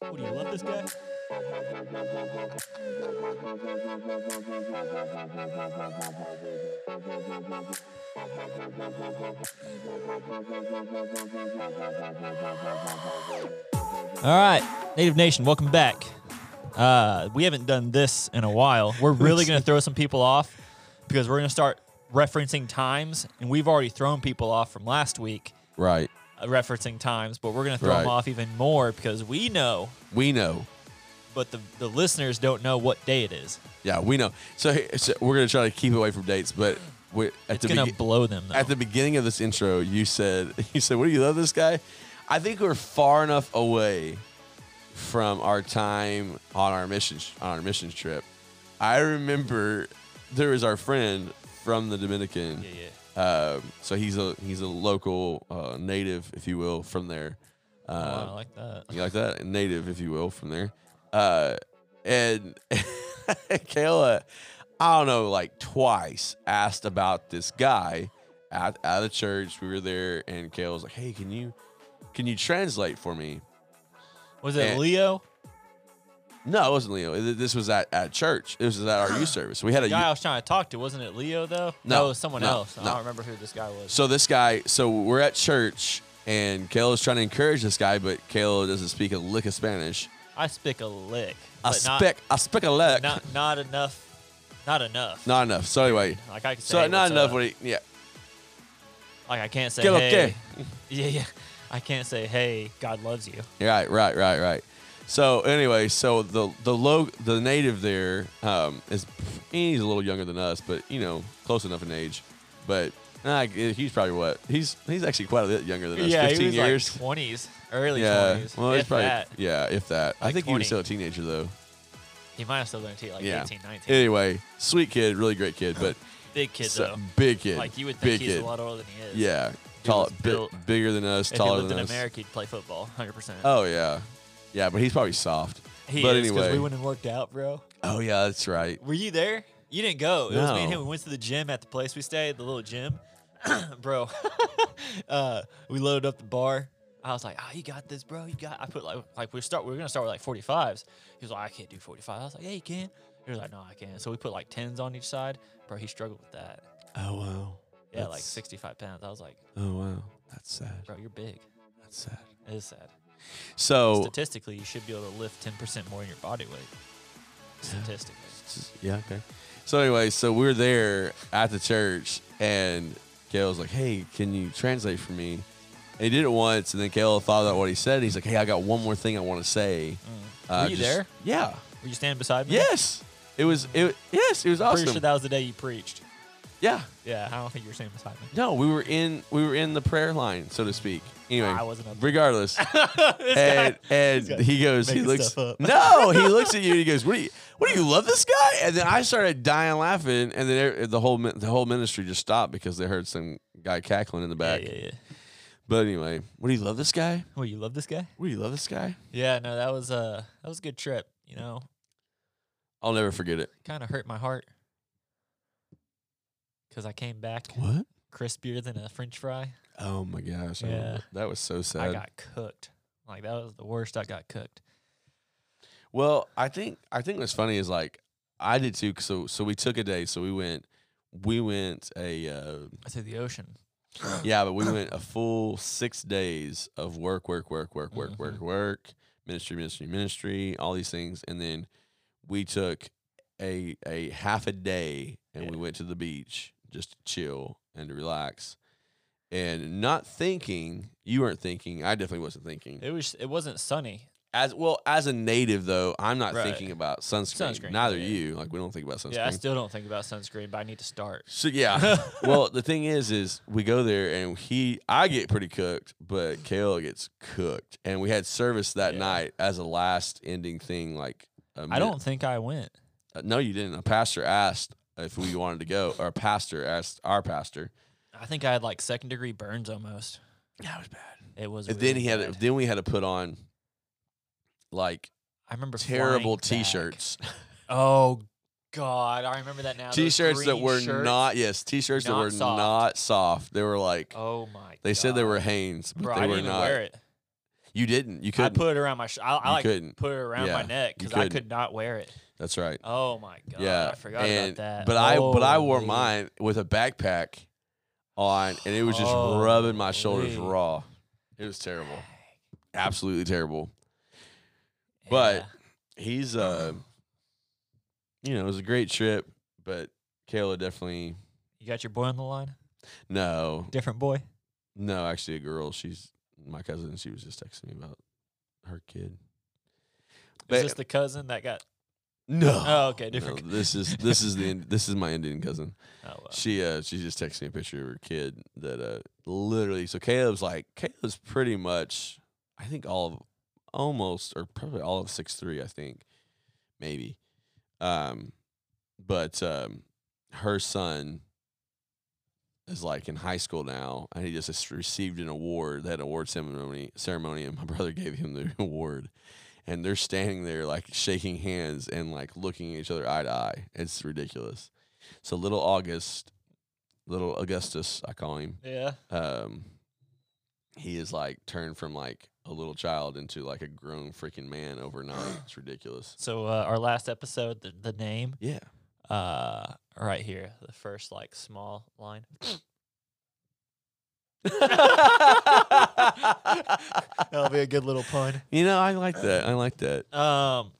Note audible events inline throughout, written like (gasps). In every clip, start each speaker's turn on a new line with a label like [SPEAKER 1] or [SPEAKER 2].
[SPEAKER 1] What do you love this guy? All right, Native Nation, welcome back. Uh, we haven't done this in a while. We're really going to throw some people off because we're going to start referencing times, and we've already thrown people off from last week
[SPEAKER 2] Right.
[SPEAKER 1] uh, referencing times, but we're going to throw
[SPEAKER 2] Right.
[SPEAKER 1] them off even more because we know,
[SPEAKER 2] We know.
[SPEAKER 1] but the, the listeners don't know what day it is.
[SPEAKER 2] Yeah, we know. So, so we're gonna try to keep away from dates, but we at
[SPEAKER 1] It's
[SPEAKER 2] the
[SPEAKER 1] going to
[SPEAKER 2] begi-
[SPEAKER 1] blow them, though.
[SPEAKER 2] at the beginning of this intro, you said (laughs) you said, "What do you love this guy?" I think we're far enough away from our time on our mission on our mission trip. I remember there was our friend from the Dominican.
[SPEAKER 1] yeah, yeah.
[SPEAKER 2] Um, so he's a he's a local uh, native, if you will, from there.
[SPEAKER 1] Oh,
[SPEAKER 2] Um,
[SPEAKER 1] I like that.
[SPEAKER 2] you like that native, if you will, from there. Uh, and (laughs) Kayla, I don't know, like twice asked about this guy at at the church. We were there, and Kayla was like, "Hey, can you can you translate for me?"
[SPEAKER 1] Was it
[SPEAKER 2] eh.
[SPEAKER 1] Leo?
[SPEAKER 2] No, it wasn't Leo. Th- This was at, at church. This was at our youth service. We had a
[SPEAKER 1] The guy I
[SPEAKER 2] youth-
[SPEAKER 1] was trying to talk to, wasn't it Leo, though?
[SPEAKER 2] No,
[SPEAKER 1] it was someone
[SPEAKER 2] no,
[SPEAKER 1] else. I
[SPEAKER 2] no.
[SPEAKER 1] don't remember who this guy was.
[SPEAKER 2] so this guy. So we're at church, and Kayla's trying to encourage this guy, but Kayla doesn't speak a lick of Spanish.
[SPEAKER 1] I speak a lick.
[SPEAKER 2] I
[SPEAKER 1] but not-
[SPEAKER 2] speak I speak a lick.
[SPEAKER 1] Not, not enough. Not enough.
[SPEAKER 2] not enough. So anyway,
[SPEAKER 1] Like I can say,
[SPEAKER 2] so
[SPEAKER 1] hey,
[SPEAKER 2] not
[SPEAKER 1] what's
[SPEAKER 2] enough.
[SPEAKER 1] up.
[SPEAKER 2] What he, yeah.
[SPEAKER 1] Like I can't say,
[SPEAKER 2] Que lo
[SPEAKER 1] hey. Yeah, yeah. I can't say, hey, God loves you.
[SPEAKER 2] Right, right, right, right. So anyway, so the the low the native there um, is he's a little younger than us, but you know close enough in age. But uh, he's probably what he's he's actually quite a bit younger than us,
[SPEAKER 1] yeah,
[SPEAKER 2] fifteen
[SPEAKER 1] he was
[SPEAKER 2] years.
[SPEAKER 1] like 20s, early
[SPEAKER 2] yeah,
[SPEAKER 1] 20s.
[SPEAKER 2] well, he's
[SPEAKER 1] if
[SPEAKER 2] probably
[SPEAKER 1] that.
[SPEAKER 2] yeah, if that. I
[SPEAKER 1] Like
[SPEAKER 2] think he
[SPEAKER 1] 20.
[SPEAKER 2] was still a teenager though.
[SPEAKER 1] He might have still been a teen, like
[SPEAKER 2] yeah.
[SPEAKER 1] 18, 19.
[SPEAKER 2] Anyway, sweet kid, really great kid, but
[SPEAKER 1] big kid,
[SPEAKER 2] so-
[SPEAKER 1] though.
[SPEAKER 2] big kid,
[SPEAKER 1] like, you would think
[SPEAKER 2] big
[SPEAKER 1] he's
[SPEAKER 2] kid.
[SPEAKER 1] a lot older than he is.
[SPEAKER 2] yeah,
[SPEAKER 1] He
[SPEAKER 2] tall,
[SPEAKER 1] was
[SPEAKER 2] big,
[SPEAKER 1] built-
[SPEAKER 2] bigger than us,
[SPEAKER 1] If he
[SPEAKER 2] taller
[SPEAKER 1] lived
[SPEAKER 2] than
[SPEAKER 1] in
[SPEAKER 2] us.
[SPEAKER 1] America, he'd play football, 100%.
[SPEAKER 2] Oh yeah, yeah, but he's probably soft.
[SPEAKER 1] he
[SPEAKER 2] but
[SPEAKER 1] is, 'cause
[SPEAKER 2] anyway,
[SPEAKER 1] we went and worked out, bro.
[SPEAKER 2] oh yeah, that's right.
[SPEAKER 1] Were you there? You didn't go. It was me and
[SPEAKER 2] No.
[SPEAKER 1] him. We went to the gym at the place we stayed, the little gym. (clears throat) bro, (laughs) uh, we loaded up the bar. I was like, "Oh, you got this, bro. You got." I put like, like we start. We were gonna start with like forty fives. He was like, "I can't do 45. I was like, "Yeah, you can." He was like, "No, I can't." So we put like tens on each side, bro. He struggled with that.
[SPEAKER 2] Oh wow.
[SPEAKER 1] Yeah, like
[SPEAKER 2] That's-
[SPEAKER 1] sixty-five pounds. I was like,
[SPEAKER 2] Oh wow, that's sad.
[SPEAKER 1] "Bro, you're big."
[SPEAKER 2] That's sad.
[SPEAKER 1] It is sad.
[SPEAKER 2] So
[SPEAKER 1] Statistically, you should be able to lift ten percent more than your body weight. Statistically,
[SPEAKER 2] yeah, okay. So anyway, so we're there at the church, and Kale's like, "Hey, can you translate for me?" And he did it once, and then Kale thought about what he said, and he's like, "Hey, I got one more thing I want to say."
[SPEAKER 1] Mm.
[SPEAKER 2] Uh,
[SPEAKER 1] Were you there?
[SPEAKER 2] Yeah.
[SPEAKER 1] were you standing beside me?
[SPEAKER 2] Yes. It was. It yes. It was awesome.
[SPEAKER 1] Pretty sure that was the day you preached.
[SPEAKER 2] yeah.
[SPEAKER 1] Yeah, I don't think you were standing beside me.
[SPEAKER 2] No, we were in we were in the prayer line, so to speak. Anyway,
[SPEAKER 1] I wasn't up there. (laughs)
[SPEAKER 2] regardless. and and
[SPEAKER 1] guy
[SPEAKER 2] he goes, he
[SPEAKER 1] making
[SPEAKER 2] looks,
[SPEAKER 1] stuff up. (laughs)
[SPEAKER 2] no, he looks at you and he goes, what do you, what do you love this guy? And then I started dying laughing, and then e- the whole min- the whole ministry just stopped because they heard some guy cackling in the back.
[SPEAKER 1] Yeah, yeah, yeah.
[SPEAKER 2] But anyway, what do you love this guy?
[SPEAKER 1] Well, you love this guy?
[SPEAKER 2] What do you love this guy?
[SPEAKER 1] Yeah, no, that was uh that was a good trip, you know.
[SPEAKER 2] I'll never forget it.
[SPEAKER 1] Kind of hurt my heart. Cuz I came back
[SPEAKER 2] What?
[SPEAKER 1] crispier than a french fry.
[SPEAKER 2] Oh my gosh, I
[SPEAKER 1] Yeah.
[SPEAKER 2] remember. that was so sad.
[SPEAKER 1] I got cooked. Like that was the worst I got cooked.
[SPEAKER 2] Well, I think I think what's funny is like I did too. So so we took a day. So we went we went a uh,
[SPEAKER 1] I said the ocean.
[SPEAKER 2] yeah, but we went a full six days of work, work, work, work, work,
[SPEAKER 1] Mhm.
[SPEAKER 2] work, work, ministry, ministry, ministry, all these things, and then we took a a half a day and we
[SPEAKER 1] Yeah.
[SPEAKER 2] went to the beach just to chill and to relax, and not thinking. You weren't thinking. I definitely wasn't thinking.
[SPEAKER 1] It was it wasn't sunny.
[SPEAKER 2] As well as a native though, I'm not
[SPEAKER 1] Right.
[SPEAKER 2] thinking about sunscreen.
[SPEAKER 1] Sunscreen,
[SPEAKER 2] Neither
[SPEAKER 1] yeah.
[SPEAKER 2] you. Like we don't think about sunscreen.
[SPEAKER 1] Yeah, I still don't think about sunscreen, but I need to start.
[SPEAKER 2] so
[SPEAKER 1] (laughs)
[SPEAKER 2] yeah. (laughs) well, the thing is, is we go there and he, I get pretty cooked, but Kale gets cooked, and we had service that
[SPEAKER 1] Yeah.
[SPEAKER 2] night as a last ending thing. Like a
[SPEAKER 1] I
[SPEAKER 2] min-
[SPEAKER 1] don't think I went.
[SPEAKER 2] uh, no, you didn't. A pastor asked if we wanted to go. Our pastor asked our pastor.
[SPEAKER 1] I think I had like second degree burns almost.
[SPEAKER 2] That was bad.
[SPEAKER 1] It was
[SPEAKER 2] And then
[SPEAKER 1] really
[SPEAKER 2] he had.
[SPEAKER 1] bad.
[SPEAKER 2] Then we had to put on like
[SPEAKER 1] I remember flying
[SPEAKER 2] terrible
[SPEAKER 1] back.
[SPEAKER 2] t-shirts,
[SPEAKER 1] Oh God, I remember that now. Those
[SPEAKER 2] t-shirts that
[SPEAKER 1] green
[SPEAKER 2] were
[SPEAKER 1] shirts.
[SPEAKER 2] not yes, t-shirts that
[SPEAKER 1] Not
[SPEAKER 2] were
[SPEAKER 1] soft.
[SPEAKER 2] not soft. They were like
[SPEAKER 1] Oh my!
[SPEAKER 2] they said they
[SPEAKER 1] God.
[SPEAKER 2] were Hanes, but
[SPEAKER 1] Bro,
[SPEAKER 2] (laughs) they
[SPEAKER 1] I didn't
[SPEAKER 2] were
[SPEAKER 1] even
[SPEAKER 2] not.
[SPEAKER 1] wear it.
[SPEAKER 2] You didn't.
[SPEAKER 1] I
[SPEAKER 2] You couldn't.
[SPEAKER 1] put it around my. Sh- I, I
[SPEAKER 2] You
[SPEAKER 1] like
[SPEAKER 2] couldn't.
[SPEAKER 1] put it around my
[SPEAKER 2] Yeah,
[SPEAKER 1] neck
[SPEAKER 2] you
[SPEAKER 1] because I could
[SPEAKER 2] couldn't.
[SPEAKER 1] not wear it.
[SPEAKER 2] That's right.
[SPEAKER 1] Oh my god!
[SPEAKER 2] yeah.
[SPEAKER 1] I forgot
[SPEAKER 2] and,
[SPEAKER 1] about that.
[SPEAKER 2] But I but I wore
[SPEAKER 1] Holy.
[SPEAKER 2] mine with a backpack on, and it was just
[SPEAKER 1] Oh,
[SPEAKER 2] rubbing my shoulders
[SPEAKER 1] Holy.
[SPEAKER 2] raw. It was terrible. Absolutely terrible. But
[SPEAKER 1] Yeah.
[SPEAKER 2] he's uh you know it was a great trip but kayla definitely
[SPEAKER 1] you got your boy on the line.
[SPEAKER 2] no
[SPEAKER 1] Different boy.
[SPEAKER 2] no actually a girl she's my cousin she was just texting me about her kid
[SPEAKER 1] Is
[SPEAKER 2] But-
[SPEAKER 1] this the cousin that got?
[SPEAKER 2] no
[SPEAKER 1] Oh, okay,
[SPEAKER 2] no,
[SPEAKER 1] different.
[SPEAKER 2] this is this is the Ind- this is my indian cousin
[SPEAKER 1] Oh, well.
[SPEAKER 2] she uh she just texted me a picture of her kid that uh literally so caleb's like caleb's pretty much i think all of almost or probably all of six three i think maybe um but um her son is like in high school now and he just s- received an award they had an award ceremony ceremony and my (laughs) brother gave him the award and they're standing there like shaking hands and like looking at each other eye to eye it's ridiculous so little august little augustus i call him
[SPEAKER 1] yeah.
[SPEAKER 2] um he is like turned from like a little child into like a grown freaking man (gasps) overnight it's ridiculous
[SPEAKER 1] So uh, our last episode, the, the name, (laughs)
[SPEAKER 2] yeah
[SPEAKER 1] uh, right here, the first like small line. (laughs) That'll be a good little pun.
[SPEAKER 2] you know i like that i like that
[SPEAKER 1] Um,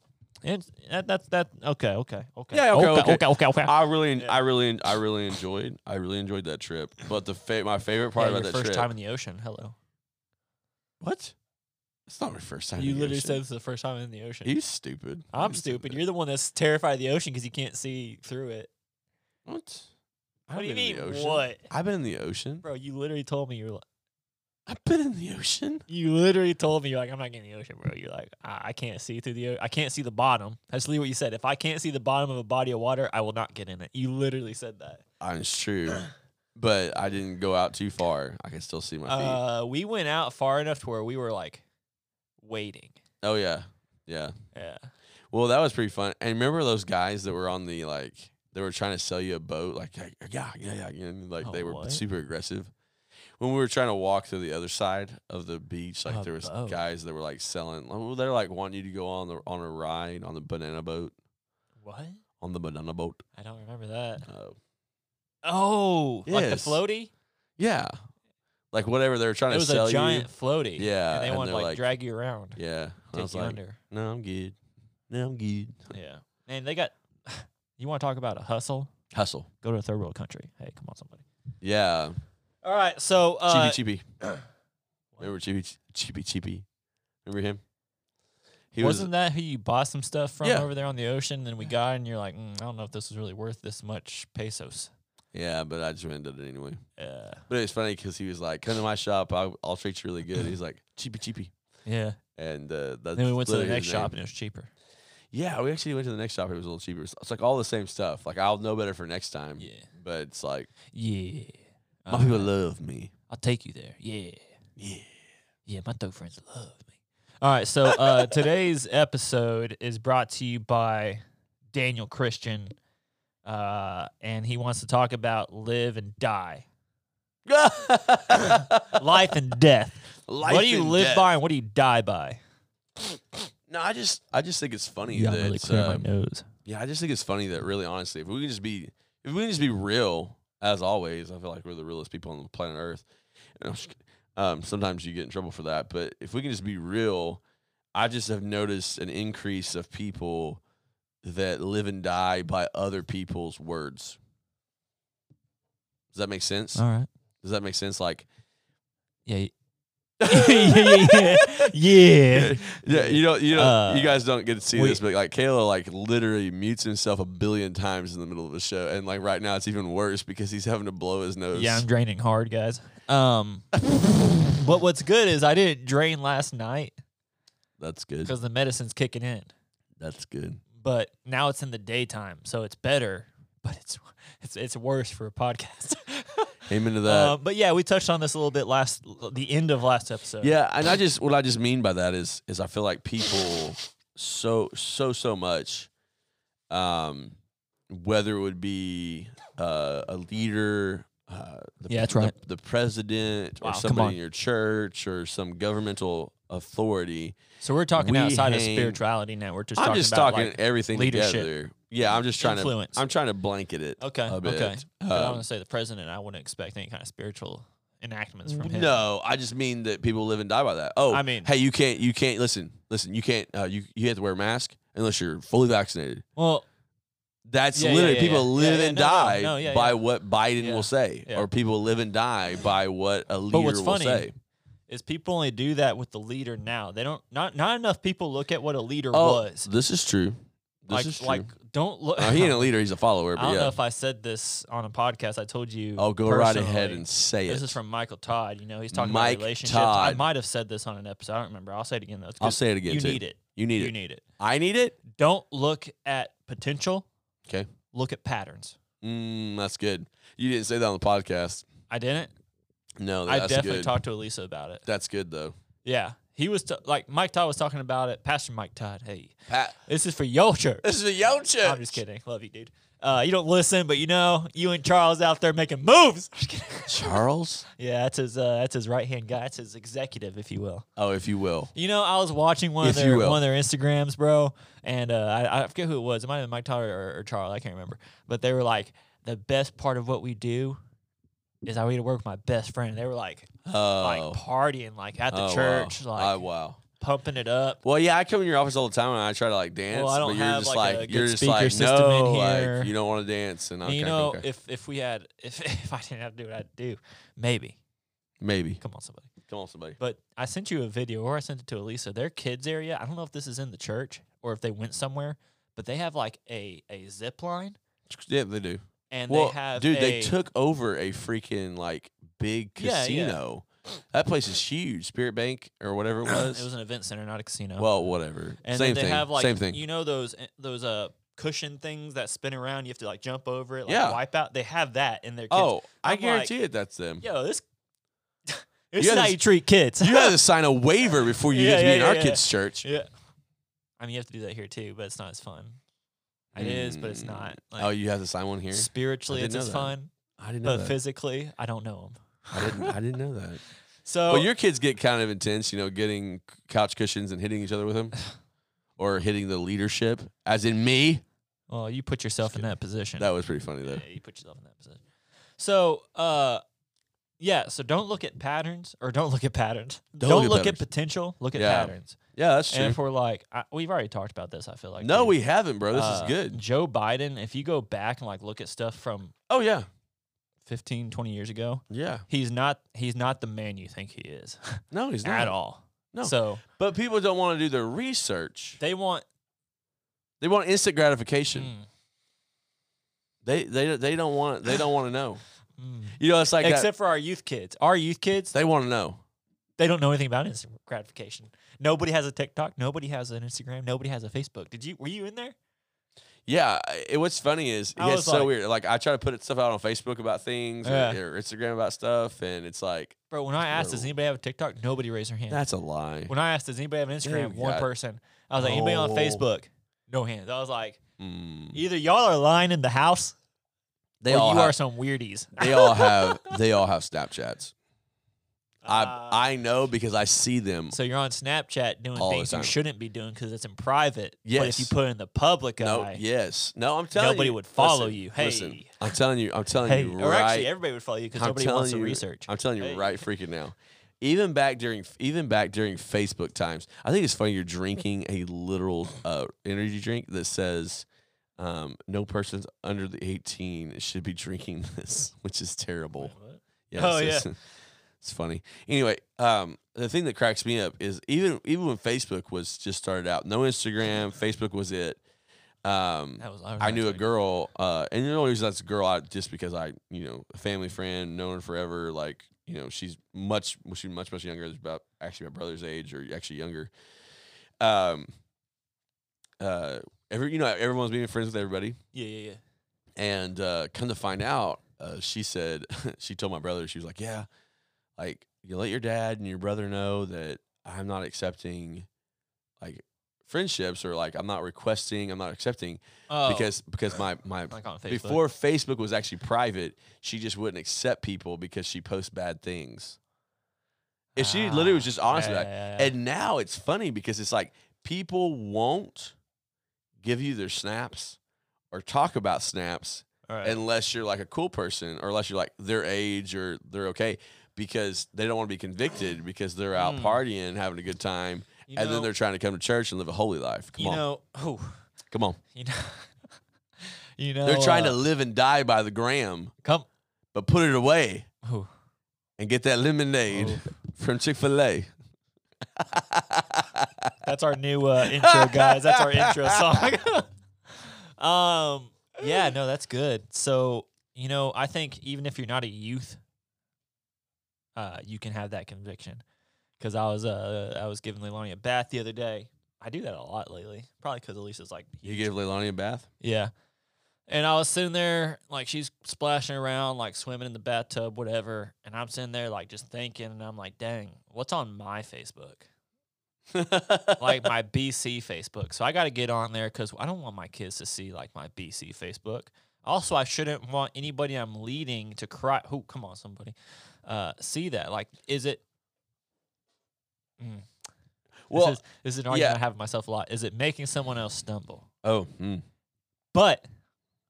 [SPEAKER 1] and that, that's that. Okay, okay, okay.
[SPEAKER 2] Yeah, okay, okay.
[SPEAKER 1] okay, okay. okay.
[SPEAKER 2] I really,
[SPEAKER 1] Yeah.
[SPEAKER 2] I really, I really enjoyed. I really enjoyed that trip. But the fa- my favorite part
[SPEAKER 1] Yeah, your
[SPEAKER 2] about that
[SPEAKER 1] first
[SPEAKER 2] trip.
[SPEAKER 1] time in the ocean. Hello.
[SPEAKER 2] what? It's not my first time.
[SPEAKER 1] you
[SPEAKER 2] in the
[SPEAKER 1] literally
[SPEAKER 2] ocean.
[SPEAKER 1] said this is the first time in the ocean.
[SPEAKER 2] he's stupid.
[SPEAKER 1] I'm
[SPEAKER 2] You said
[SPEAKER 1] stupid.
[SPEAKER 2] that.
[SPEAKER 1] You're the one that's terrified of the ocean because you can't see through it.
[SPEAKER 2] what? I've
[SPEAKER 1] What do you
[SPEAKER 2] been
[SPEAKER 1] mean?
[SPEAKER 2] in the ocean.
[SPEAKER 1] What,
[SPEAKER 2] I've been in the ocean.
[SPEAKER 1] bro? You literally told me you're. li-
[SPEAKER 2] I've been in the ocean.
[SPEAKER 1] You literally told me you're like I'm not getting in the ocean, bro. You're like I, I can't see through the. o- I can't see the bottom. That's literally what you said. If I can't see the bottom of a body of water, I will not get in it. You literally said that.
[SPEAKER 2] Ah, It's true, but I didn't go out too far. I can still see my feet.
[SPEAKER 1] Uh, we went out far enough to where we were like waiting.
[SPEAKER 2] oh yeah, yeah.
[SPEAKER 1] Yeah.
[SPEAKER 2] Well, that was pretty fun. And remember those guys that were on the like they were trying to sell you a boat, like yeah, yeah, yeah, yeah, you know, like
[SPEAKER 1] Oh,
[SPEAKER 2] they were
[SPEAKER 1] what?
[SPEAKER 2] super aggressive. When we were trying to walk to the other side of the beach, like
[SPEAKER 1] A
[SPEAKER 2] there was
[SPEAKER 1] boat.
[SPEAKER 2] guys that were like selling. Well, they're like wanting you to go on the on a ride on the banana boat,
[SPEAKER 1] What?
[SPEAKER 2] on the banana boat.
[SPEAKER 1] I don't remember that.
[SPEAKER 2] Uh,
[SPEAKER 1] Oh, like the
[SPEAKER 2] Yes.
[SPEAKER 1] floaty.
[SPEAKER 2] yeah, like whatever they were trying
[SPEAKER 1] It
[SPEAKER 2] to
[SPEAKER 1] was
[SPEAKER 2] sell
[SPEAKER 1] a giant
[SPEAKER 2] you.
[SPEAKER 1] floaty.
[SPEAKER 2] Yeah,
[SPEAKER 1] and they
[SPEAKER 2] and
[SPEAKER 1] wanted
[SPEAKER 2] they're
[SPEAKER 1] like,
[SPEAKER 2] like-
[SPEAKER 1] drag you around,
[SPEAKER 2] Yeah, I
[SPEAKER 1] take
[SPEAKER 2] was
[SPEAKER 1] you
[SPEAKER 2] like, (laughs)
[SPEAKER 1] under.
[SPEAKER 2] no, I'm good. No, I'm good.
[SPEAKER 1] Yeah, and they got. (sighs) You want to talk about a hustle?
[SPEAKER 2] Hustle.
[SPEAKER 1] Go to a third world country. Hey, come on, somebody.
[SPEAKER 2] Yeah,
[SPEAKER 1] All right, so uh,
[SPEAKER 2] cheapy cheapy. Remember cheapy cheapy cheapy. Remember him? He was
[SPEAKER 1] wasn't that who you bought some stuff from
[SPEAKER 2] Yeah.
[SPEAKER 1] over there on the ocean? And then we got, it and you're like, mm, I don't know if this is really worth this much pesos.
[SPEAKER 2] Yeah, but I just rented it anyway.
[SPEAKER 1] Yeah,
[SPEAKER 2] But it was funny because he was like, "Come to my shop, I'll, I'll treat you really good." He's like, "Cheapy, cheapy,"
[SPEAKER 1] yeah.
[SPEAKER 2] and uh, that's
[SPEAKER 1] then we went to the
[SPEAKER 2] literally
[SPEAKER 1] next
[SPEAKER 2] his name.
[SPEAKER 1] shop and it was cheaper.
[SPEAKER 2] Yeah, we actually went to the next shop. It was a little cheaper. It's it's like all the same stuff. Like I'll know better for next time.
[SPEAKER 1] Yeah.
[SPEAKER 2] But it's like
[SPEAKER 1] Yeah.
[SPEAKER 2] Um, my
[SPEAKER 1] Uh,
[SPEAKER 2] people love me.
[SPEAKER 1] I'll take you there. Yeah.
[SPEAKER 2] Yeah.
[SPEAKER 1] Yeah, my dope friends love me. All right, so
[SPEAKER 2] (laughs)
[SPEAKER 1] uh, today's episode is brought to you by Daniel Christian, uh, and he wants to talk about live and die, (laughs) life
[SPEAKER 2] (laughs)
[SPEAKER 1] and death.
[SPEAKER 2] Life
[SPEAKER 1] what do you
[SPEAKER 2] and
[SPEAKER 1] live
[SPEAKER 2] death.
[SPEAKER 1] by and what do you die by?
[SPEAKER 2] No, I just I just think it's funny
[SPEAKER 1] Yeah, I'm
[SPEAKER 2] that
[SPEAKER 1] really
[SPEAKER 2] it's,
[SPEAKER 1] clear my
[SPEAKER 2] um,
[SPEAKER 1] nose.
[SPEAKER 2] yeah, I just think it's funny that really honestly, if we can just be if we can just be real as always, I feel like we're the realest people on the planet Earth. And I'm just kid- Um, sometimes you get in trouble for that, but if we can just be real, I just have noticed an increase of people that live and die by other people's words. Does that make sense?
[SPEAKER 1] All right.
[SPEAKER 2] Does that make sense? Like, (laughs)
[SPEAKER 1] Yeah. y- yeah, yeah, yeah.
[SPEAKER 2] yeah, you don't, you don't,
[SPEAKER 1] Uh,
[SPEAKER 2] you guys don't get to see
[SPEAKER 1] we-
[SPEAKER 2] this, but like Kayla, like literally mutes himself a billion times in the middle of a show, and like right now it's even worse because he's having to blow his nose.
[SPEAKER 1] Yeah, I'm draining hard, guys. Um, but what's good is I didn't drain last night
[SPEAKER 2] (laughs) that's good.
[SPEAKER 1] because the medicine's kicking in.
[SPEAKER 2] That's good.
[SPEAKER 1] But now it's in the daytime, so it's better. But it's it's it's worse for a podcast. (laughs)
[SPEAKER 2] Amen to that.
[SPEAKER 1] uh, but yeah, we touched on this a little bit last the end of last episode. (laughs)
[SPEAKER 2] yeah, and I just what I just mean by that is is I feel like people so so so much, um, whether it would be uh, a leader, uh, the,
[SPEAKER 1] Yeah, that's
[SPEAKER 2] the-
[SPEAKER 1] right.
[SPEAKER 2] The, president
[SPEAKER 1] Wow,
[SPEAKER 2] or
[SPEAKER 1] come
[SPEAKER 2] somebody
[SPEAKER 1] on.
[SPEAKER 2] in your church or some governmental authority.
[SPEAKER 1] So we're talking
[SPEAKER 2] We
[SPEAKER 1] outside of
[SPEAKER 2] hang-
[SPEAKER 1] spirituality now. We're just
[SPEAKER 2] I'm
[SPEAKER 1] talking
[SPEAKER 2] just
[SPEAKER 1] about
[SPEAKER 2] talking
[SPEAKER 1] like,
[SPEAKER 2] everything
[SPEAKER 1] leadership.
[SPEAKER 2] together. Yeah, I'm just trying
[SPEAKER 1] Influence.
[SPEAKER 2] to. I'm trying to blanket it.
[SPEAKER 1] okay,
[SPEAKER 2] a bit.
[SPEAKER 1] okay. But I
[SPEAKER 2] Um,
[SPEAKER 1] want to say the president. I wouldn't expect any kind of spiritual enactments from him.
[SPEAKER 2] No, I just mean that people live and die by that. Oh,
[SPEAKER 1] I mean-
[SPEAKER 2] hey, you can't, you can't listen, listen, you can't, uh, you you have to wear a mask unless you're fully vaccinated.
[SPEAKER 1] Well,
[SPEAKER 2] That's
[SPEAKER 1] Yeah, yeah,
[SPEAKER 2] literally
[SPEAKER 1] yeah,
[SPEAKER 2] people
[SPEAKER 1] yeah.
[SPEAKER 2] live
[SPEAKER 1] Yeah, yeah,
[SPEAKER 2] and
[SPEAKER 1] no, no,
[SPEAKER 2] die
[SPEAKER 1] no, yeah,
[SPEAKER 2] by
[SPEAKER 1] yeah.
[SPEAKER 2] what Biden
[SPEAKER 1] Yeah,
[SPEAKER 2] will say,
[SPEAKER 1] yeah.
[SPEAKER 2] or people live and die by what a leader
[SPEAKER 1] what's
[SPEAKER 2] will
[SPEAKER 1] funny-
[SPEAKER 2] say.
[SPEAKER 1] is people only do that with the leader now? They don't. Not not enough people look at what a leader
[SPEAKER 2] Oh,
[SPEAKER 1] was.
[SPEAKER 2] this is true. This
[SPEAKER 1] like
[SPEAKER 2] is true. (laughs)
[SPEAKER 1] like don't look.
[SPEAKER 2] Uh, he
[SPEAKER 1] (laughs)
[SPEAKER 2] ain't a leader; he's a follower.
[SPEAKER 1] I don't
[SPEAKER 2] But
[SPEAKER 1] know
[SPEAKER 2] yeah, Oh,
[SPEAKER 1] if I said this on a podcast. I told you.
[SPEAKER 2] I'll go right ahead
[SPEAKER 1] personally.
[SPEAKER 2] and say
[SPEAKER 1] This
[SPEAKER 2] it.
[SPEAKER 1] is from Michael Todd. You know, he's talking
[SPEAKER 2] Mike
[SPEAKER 1] about relationships.
[SPEAKER 2] Todd.
[SPEAKER 1] I might have said this on an episode. I don't remember. I'll say it again though. It's
[SPEAKER 2] I'll
[SPEAKER 1] 'cause
[SPEAKER 2] say it again.
[SPEAKER 1] You
[SPEAKER 2] too.
[SPEAKER 1] need it.
[SPEAKER 2] You need
[SPEAKER 1] you
[SPEAKER 2] it.
[SPEAKER 1] need it.
[SPEAKER 2] I need it.
[SPEAKER 1] Don't look at potential.
[SPEAKER 2] Okay,
[SPEAKER 1] Look at patterns.
[SPEAKER 2] mm, that's good. You didn't say that on the podcast.
[SPEAKER 1] I didn't.
[SPEAKER 2] No,
[SPEAKER 1] I
[SPEAKER 2] Oh, that's
[SPEAKER 1] definitely
[SPEAKER 2] good.
[SPEAKER 1] talked to Elisa about it.
[SPEAKER 2] that's good though.
[SPEAKER 1] Yeah, he was t- like Mike Todd was talking about it. Pastor Mike Todd. Hey,
[SPEAKER 2] Pat,
[SPEAKER 1] this is for your church.
[SPEAKER 2] this is a yo church.
[SPEAKER 1] I'm just kidding. Love you, dude. Uh, you don't listen, but you know you and Charles out there making moves. I'm just kidding. (laughs)
[SPEAKER 2] Charles?
[SPEAKER 1] yeah, that's his. Uh, that's his right hand guy. That's his executive, if you will.
[SPEAKER 2] Oh, if you will.
[SPEAKER 1] You know, I was watching one
[SPEAKER 2] If
[SPEAKER 1] of
[SPEAKER 2] you
[SPEAKER 1] their
[SPEAKER 2] will.
[SPEAKER 1] one of their Instagrams, bro, and uh, I, I forget who it was. It might have been Mike Todd or, or Charles. I can't remember. But they were like, the best part of what we do is I get to work with my best friend. They were like, like
[SPEAKER 2] Oh.
[SPEAKER 1] partying, like at the
[SPEAKER 2] Oh,
[SPEAKER 1] church,
[SPEAKER 2] wow.
[SPEAKER 1] like
[SPEAKER 2] Oh, wow.
[SPEAKER 1] pumping it up.
[SPEAKER 2] Well, yeah, I come in your office all the time and I try to like dance.
[SPEAKER 1] I don't
[SPEAKER 2] but you're
[SPEAKER 1] have,
[SPEAKER 2] just
[SPEAKER 1] like,
[SPEAKER 2] like,
[SPEAKER 1] a good
[SPEAKER 2] you're just
[SPEAKER 1] speaker
[SPEAKER 2] like,
[SPEAKER 1] system
[SPEAKER 2] no,
[SPEAKER 1] in here.
[SPEAKER 2] like you don't want to dance, and I'm
[SPEAKER 1] And you
[SPEAKER 2] kinda
[SPEAKER 1] know,
[SPEAKER 2] okay.
[SPEAKER 1] if if we had if (laughs) if I didn't have to do what I'd do, maybe
[SPEAKER 2] maybe.
[SPEAKER 1] come on somebody.
[SPEAKER 2] Come on, somebody.
[SPEAKER 1] But I sent you a video, or I sent it to Elisa. Their kids area. I don't know if this is in the church or if they went somewhere, but they have like a a zip line.
[SPEAKER 2] Yeah, they do.
[SPEAKER 1] And
[SPEAKER 2] well,
[SPEAKER 1] they have
[SPEAKER 2] dude, they
[SPEAKER 1] a-
[SPEAKER 2] took over a freaking like big
[SPEAKER 1] Yeah, yeah.
[SPEAKER 2] casino. That place is huge. Spirit Bank or whatever it was.
[SPEAKER 1] (coughs) (clears throat) it was an event center, not a casino.
[SPEAKER 2] well, whatever.
[SPEAKER 1] and
[SPEAKER 2] same
[SPEAKER 1] then they
[SPEAKER 2] thing.
[SPEAKER 1] have like
[SPEAKER 2] same thing.
[SPEAKER 1] you know those those uh cushion things that spin around. You have to like jump over it, like
[SPEAKER 2] Yeah.
[SPEAKER 1] wipe out. They have that in their. Kids.
[SPEAKER 2] oh, I
[SPEAKER 1] I'm like-
[SPEAKER 2] guarantee it. That's them.
[SPEAKER 1] yo, this (laughs) this
[SPEAKER 2] You
[SPEAKER 1] is
[SPEAKER 2] had
[SPEAKER 1] how
[SPEAKER 2] this-
[SPEAKER 1] you treat kids.
[SPEAKER 2] (laughs) You had to sign a waiver before you
[SPEAKER 1] (laughs) Yeah,
[SPEAKER 2] get to be
[SPEAKER 1] yeah,
[SPEAKER 2] in our
[SPEAKER 1] yeah,
[SPEAKER 2] kids'
[SPEAKER 1] (laughs)
[SPEAKER 2] church.
[SPEAKER 1] yeah, I mean you have to do that here too, but it's not as fun. It is, but it's
[SPEAKER 2] Mm.
[SPEAKER 1] not.
[SPEAKER 2] oh,
[SPEAKER 1] Like,
[SPEAKER 2] you have to sign one here.
[SPEAKER 1] spiritually,
[SPEAKER 2] I
[SPEAKER 1] it's
[SPEAKER 2] didn't
[SPEAKER 1] as
[SPEAKER 2] know that.
[SPEAKER 1] fun,
[SPEAKER 2] I didn't know
[SPEAKER 1] but
[SPEAKER 2] that.
[SPEAKER 1] physically, I don't know them.
[SPEAKER 2] I didn't. I didn't know that.
[SPEAKER 1] So
[SPEAKER 2] Well, your kids get kind of intense, you know, getting c- couch cushions and hitting each
[SPEAKER 1] (sighs)
[SPEAKER 2] other with them, or hitting the leadership, as in me.
[SPEAKER 1] well, you put yourself in that position.
[SPEAKER 2] That was pretty funny though.
[SPEAKER 1] Yeah, you put yourself in that position. So, uh, yeah. So don't look at patterns, or don't look at patterns. Don't,
[SPEAKER 2] look at
[SPEAKER 1] look,
[SPEAKER 2] patterns.
[SPEAKER 1] at potential. Look at
[SPEAKER 2] Yeah,
[SPEAKER 1] patterns.
[SPEAKER 2] Yeah, that's
[SPEAKER 1] And
[SPEAKER 2] true.
[SPEAKER 1] if we're like, I, we've already talked about this. I feel like
[SPEAKER 2] No,
[SPEAKER 1] dude.
[SPEAKER 2] we haven't, bro. This
[SPEAKER 1] Uh,
[SPEAKER 2] is good.
[SPEAKER 1] Joe Biden. If you go back and like look at stuff from
[SPEAKER 2] Oh yeah,
[SPEAKER 1] 15, 20 years ago,
[SPEAKER 2] yeah.
[SPEAKER 1] he's not he's not the man you think he is (laughs)
[SPEAKER 2] No, he's not
[SPEAKER 1] at all.
[SPEAKER 2] No.
[SPEAKER 1] So
[SPEAKER 2] But people don't want to do their research.
[SPEAKER 1] they want.
[SPEAKER 2] They want instant gratification.
[SPEAKER 1] Mm,
[SPEAKER 2] They they they don't want they don't want to
[SPEAKER 1] (laughs)
[SPEAKER 2] know.
[SPEAKER 1] mm.
[SPEAKER 2] You know, it's like that-
[SPEAKER 1] Except for our youth kids. Our youth kids,
[SPEAKER 2] they want to know.
[SPEAKER 1] they don't know anything about instant gratification. Nobody has a TikTok. Nobody has an Instagram. Nobody has a Facebook. Did you? Were you in there?
[SPEAKER 2] Yeah, I- it, what's funny is
[SPEAKER 1] I
[SPEAKER 2] yeah, it's
[SPEAKER 1] was
[SPEAKER 2] so
[SPEAKER 1] like-
[SPEAKER 2] weird. Like I try to put stuff out on Facebook about things or-
[SPEAKER 1] Yeah.
[SPEAKER 2] or Instagram about stuff, and it's like
[SPEAKER 1] Bro, when I asked, does
[SPEAKER 2] Bro.
[SPEAKER 1] anybody have a TikTok? Nobody raised their hand.
[SPEAKER 2] that's a lie.
[SPEAKER 1] when I asked, does anybody have an Instagram?
[SPEAKER 2] Dude,
[SPEAKER 1] One
[SPEAKER 2] God.
[SPEAKER 1] person. I was like, anybody on
[SPEAKER 2] No.
[SPEAKER 1] Facebook? No hands. I was like,
[SPEAKER 2] Mm.
[SPEAKER 1] either y'all are lying in the house,
[SPEAKER 2] They
[SPEAKER 1] or
[SPEAKER 2] all
[SPEAKER 1] you
[SPEAKER 2] have-
[SPEAKER 1] are some weirdies.
[SPEAKER 2] they all have they all have Snapchats.
[SPEAKER 1] Uh,
[SPEAKER 2] I I know because I see them.
[SPEAKER 1] so you're on Snapchat doing
[SPEAKER 2] All the
[SPEAKER 1] things you
[SPEAKER 2] time.
[SPEAKER 1] shouldn't be doing because it's in private. But
[SPEAKER 2] Yes.
[SPEAKER 1] if you put it in the public
[SPEAKER 2] No,
[SPEAKER 1] eye,
[SPEAKER 2] yes, no. I'm telling
[SPEAKER 1] Nobody
[SPEAKER 2] you,
[SPEAKER 1] would follow
[SPEAKER 2] listen,
[SPEAKER 1] you. Hey.
[SPEAKER 2] listen, I'm telling you, I'm telling
[SPEAKER 1] hey,
[SPEAKER 2] you
[SPEAKER 1] or
[SPEAKER 2] right.
[SPEAKER 1] actually everybody would follow you because
[SPEAKER 2] I'm
[SPEAKER 1] nobody wants
[SPEAKER 2] telling
[SPEAKER 1] to
[SPEAKER 2] you-
[SPEAKER 1] research.
[SPEAKER 2] I'm telling you
[SPEAKER 1] Hey.
[SPEAKER 2] right freaking now. Even back during even back during Facebook times, I think it's funny you're drinking a literal uh, energy drink that says um, no persons under the 18 should be drinking this, which is terrible. Yeah,
[SPEAKER 1] Oh,
[SPEAKER 2] it's, it's- (laughs) it's funny. Anyway, um, the thing that cracks me up is even even when Facebook was just started out, no Instagram, Facebook was it. Um,
[SPEAKER 1] That was,
[SPEAKER 2] I knew a
[SPEAKER 1] like,
[SPEAKER 2] girl, uh, and the only reason that's a girl, I, just because I, you know, a family friend, known her forever. Like, you know, she's much, well, she's much, much younger. It's about actually my brother's age, or actually younger. Um, uh, every, you know, everyone's being friends with everybody,
[SPEAKER 1] Yeah, yeah, yeah.
[SPEAKER 2] and uh, come to find out, uh, she said, (laughs) she told my brother, she was like, yeah, like you let your dad and your brother know that I'm not accepting, like, friendships or like I'm not requesting, I'm not accepting
[SPEAKER 1] Oh,
[SPEAKER 2] because because my my
[SPEAKER 1] like (laughs) on Facebook.
[SPEAKER 2] before Facebook was actually private, she just wouldn't accept people because she posts bad things. If she literally was
[SPEAKER 1] Ah,
[SPEAKER 2] just honest
[SPEAKER 1] yeah,
[SPEAKER 2] with that.
[SPEAKER 1] yeah, yeah, yeah.
[SPEAKER 2] And now it's funny because it's like people won't give you their snaps or talk about snaps
[SPEAKER 1] All right.
[SPEAKER 2] unless you're like a cool person or unless you're like their age or they're okay because they don't want to be convicted because they're out
[SPEAKER 1] Mm.
[SPEAKER 2] partying and having a good time
[SPEAKER 1] You
[SPEAKER 2] and
[SPEAKER 1] know-
[SPEAKER 2] then they're trying to come to church and live a holy life. Come
[SPEAKER 1] you
[SPEAKER 2] on.
[SPEAKER 1] know, oh, (laughs)
[SPEAKER 2] come on.
[SPEAKER 1] you know, you know,
[SPEAKER 2] They're trying to
[SPEAKER 1] uh,
[SPEAKER 2] live and die by the gram,
[SPEAKER 1] come.
[SPEAKER 2] but put it away
[SPEAKER 1] Oh,
[SPEAKER 2] and get that lemonade
[SPEAKER 1] oh.
[SPEAKER 2] (laughs)
[SPEAKER 1] (laughs)
[SPEAKER 2] from Chick-fil-A.
[SPEAKER 1] That's our new uh,
[SPEAKER 2] (laughs)
[SPEAKER 1] intro, guys. That's our intro song. (laughs) um, yeah, no, that's good. So you know, I think even if you're not a youth, uh, you can have that conviction. Because I was uh, I was giving Leilani a bath the other day. I do that a lot lately, probably because Elisa's like
[SPEAKER 2] you give Leilani a bath?
[SPEAKER 1] Yeah. And I was sitting there, like she's splashing around, like swimming in the bathtub, whatever. And I'm sitting there, like just thinking, and I'm like, dang, what's on my Facebook? (laughs) Like my
[SPEAKER 2] (laughs)
[SPEAKER 1] BC Facebook. So I got to get on there because I don't want my kids to see like my BC Facebook. Also, I shouldn't want anybody I'm leading to cry. Who, come on, somebody, uh, see that. Like, is it, well,
[SPEAKER 2] well,
[SPEAKER 1] this, is, this is an argument
[SPEAKER 2] yeah.
[SPEAKER 1] I have with myself a lot. Is it making someone else stumble?
[SPEAKER 2] oh, mm.
[SPEAKER 1] But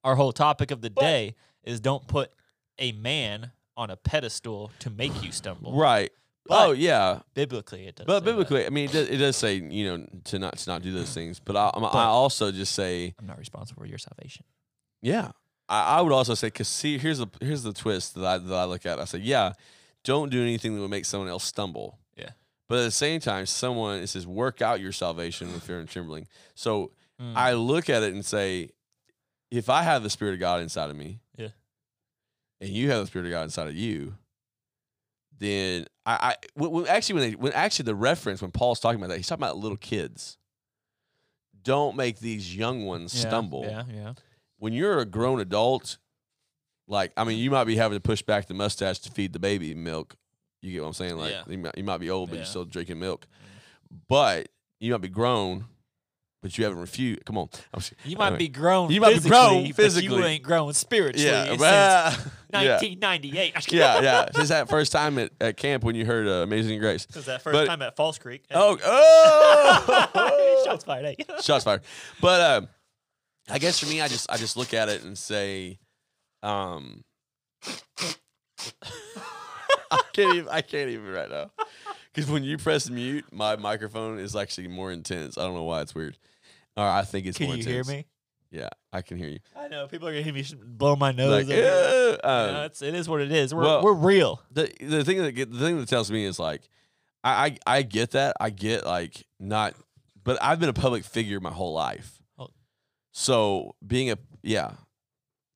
[SPEAKER 1] our whole topic of the day is don't put a man on a pedestal to make you stumble.
[SPEAKER 2] right.
[SPEAKER 1] But
[SPEAKER 2] oh, yeah.
[SPEAKER 1] Biblically, it does. say
[SPEAKER 2] But
[SPEAKER 1] that.
[SPEAKER 2] biblically, I mean, it does, it does say you know to not to not do those things. But I, I'm- I,
[SPEAKER 1] But-
[SPEAKER 2] also just say,
[SPEAKER 1] I'm not responsible for your salvation.
[SPEAKER 2] yeah, I, I would also say because see, here's the here's the twist that I that I look at. I say, yeah, don't do anything that would make someone else stumble.
[SPEAKER 1] Yeah.
[SPEAKER 2] But at the same time, someone it says, work out your salvation with fear and trembling. So
[SPEAKER 1] Mm.
[SPEAKER 2] I look at it and say, if I have the spirit of God inside of me,
[SPEAKER 1] Yeah.
[SPEAKER 2] and you have the spirit of God inside of you, then I, I when, when- actually when they when actually the reference when Paul's talking about that, he's talking about little kids. Don't make these young ones
[SPEAKER 1] Yeah,
[SPEAKER 2] stumble.
[SPEAKER 1] Yeah, yeah.
[SPEAKER 2] When you're a grown adult, like I mean, you might be having to push back the mustache to feed the baby milk. You get what I'm saying? Like
[SPEAKER 1] Yeah.
[SPEAKER 2] you, might, you might be old,
[SPEAKER 1] Yeah.
[SPEAKER 2] but
[SPEAKER 1] Mm-hmm.
[SPEAKER 2] you're still drinking milk. But you might be grown, but you haven't refused. Come on, I'm s-
[SPEAKER 1] You might
[SPEAKER 2] anyway.
[SPEAKER 1] be grown.
[SPEAKER 2] You might be
[SPEAKER 1] physically,
[SPEAKER 2] grown
[SPEAKER 1] but
[SPEAKER 2] physically.
[SPEAKER 1] you ain't grown spiritually.
[SPEAKER 2] Yeah,
[SPEAKER 1] since
[SPEAKER 2] well, (laughs) yeah,
[SPEAKER 1] 1998. (laughs)
[SPEAKER 2] yeah, yeah. Since that first time at, at camp when you heard uh,
[SPEAKER 1] (laughs)
[SPEAKER 2] "Amazing Grace."
[SPEAKER 1] Because that first
[SPEAKER 2] But-
[SPEAKER 1] time at False Creek.
[SPEAKER 2] Oh,
[SPEAKER 1] (laughs)
[SPEAKER 2] oh!
[SPEAKER 1] shots fired. Hey.
[SPEAKER 2] shots fired. But um, I guess for me, I just I just look at it and say, um, (laughs) I can't even I can't even right now because when you press mute, my microphone is actually more intense. I don't know why it's weird. Or I think it's
[SPEAKER 1] Can
[SPEAKER 2] more
[SPEAKER 1] you hear
[SPEAKER 2] intense.
[SPEAKER 1] me?
[SPEAKER 2] Yeah, I can hear you.
[SPEAKER 1] I know people are gonna hear me sh- blow my nose.
[SPEAKER 2] Like,
[SPEAKER 1] over here.
[SPEAKER 2] "Eh,"
[SPEAKER 1] You
[SPEAKER 2] um,
[SPEAKER 1] know, it's, it is what it is. We're
[SPEAKER 2] well-
[SPEAKER 1] we're real.
[SPEAKER 2] the the thing that get, the thing that tells me is like I, I I get that I get like not but I've been a public figure my whole life.
[SPEAKER 1] Oh.
[SPEAKER 2] So being a yeah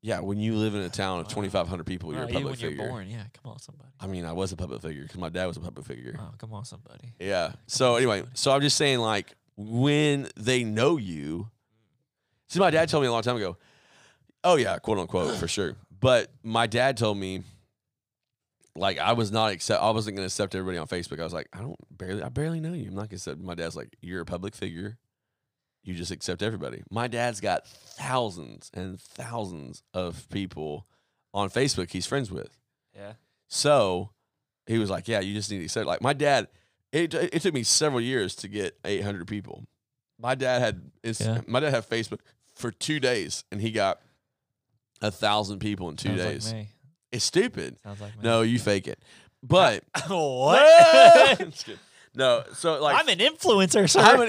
[SPEAKER 2] yeah when you live in a town of
[SPEAKER 1] Wow.
[SPEAKER 2] twenty five hundred people you're
[SPEAKER 1] Uh,
[SPEAKER 2] a
[SPEAKER 1] even when
[SPEAKER 2] public figure.
[SPEAKER 1] you're born, yeah. Come on, somebody.
[SPEAKER 2] I mean I was a public figure because my dad was a public figure.
[SPEAKER 1] Oh, come on, somebody.
[SPEAKER 2] Yeah. So
[SPEAKER 1] on,
[SPEAKER 2] anyway,
[SPEAKER 1] somebody.
[SPEAKER 2] so I'm just saying like when they know you. See, my dad told me a long time ago. Oh yeah, quote unquote for sure. But my dad told me, like I was not accept. I wasn't gonna accept everybody on Facebook. I was like, I don't barely. I barely know you. I'm not gonna accept. My dad's like, you're a public figure. You just accept everybody. My dad's got thousands and thousands of people on Facebook he's friends with.
[SPEAKER 1] Yeah.
[SPEAKER 2] So he was like, "Yeah, you just need to accept." Like my dad, it, it took me several years to get 800 people. My dad had it's,
[SPEAKER 1] Yeah.
[SPEAKER 2] my dad had Facebook for two days, and he got a thousand people in two
[SPEAKER 1] Sounds
[SPEAKER 2] days.
[SPEAKER 1] Like me.
[SPEAKER 2] it's stupid.
[SPEAKER 1] Sounds like me.
[SPEAKER 2] No, you fake it. But
[SPEAKER 1] (laughs)
[SPEAKER 2] (laughs)
[SPEAKER 1] what?
[SPEAKER 2] Just kidding. no, so like
[SPEAKER 1] (laughs) I'm an influencer, sir.
[SPEAKER 2] (laughs) I'm an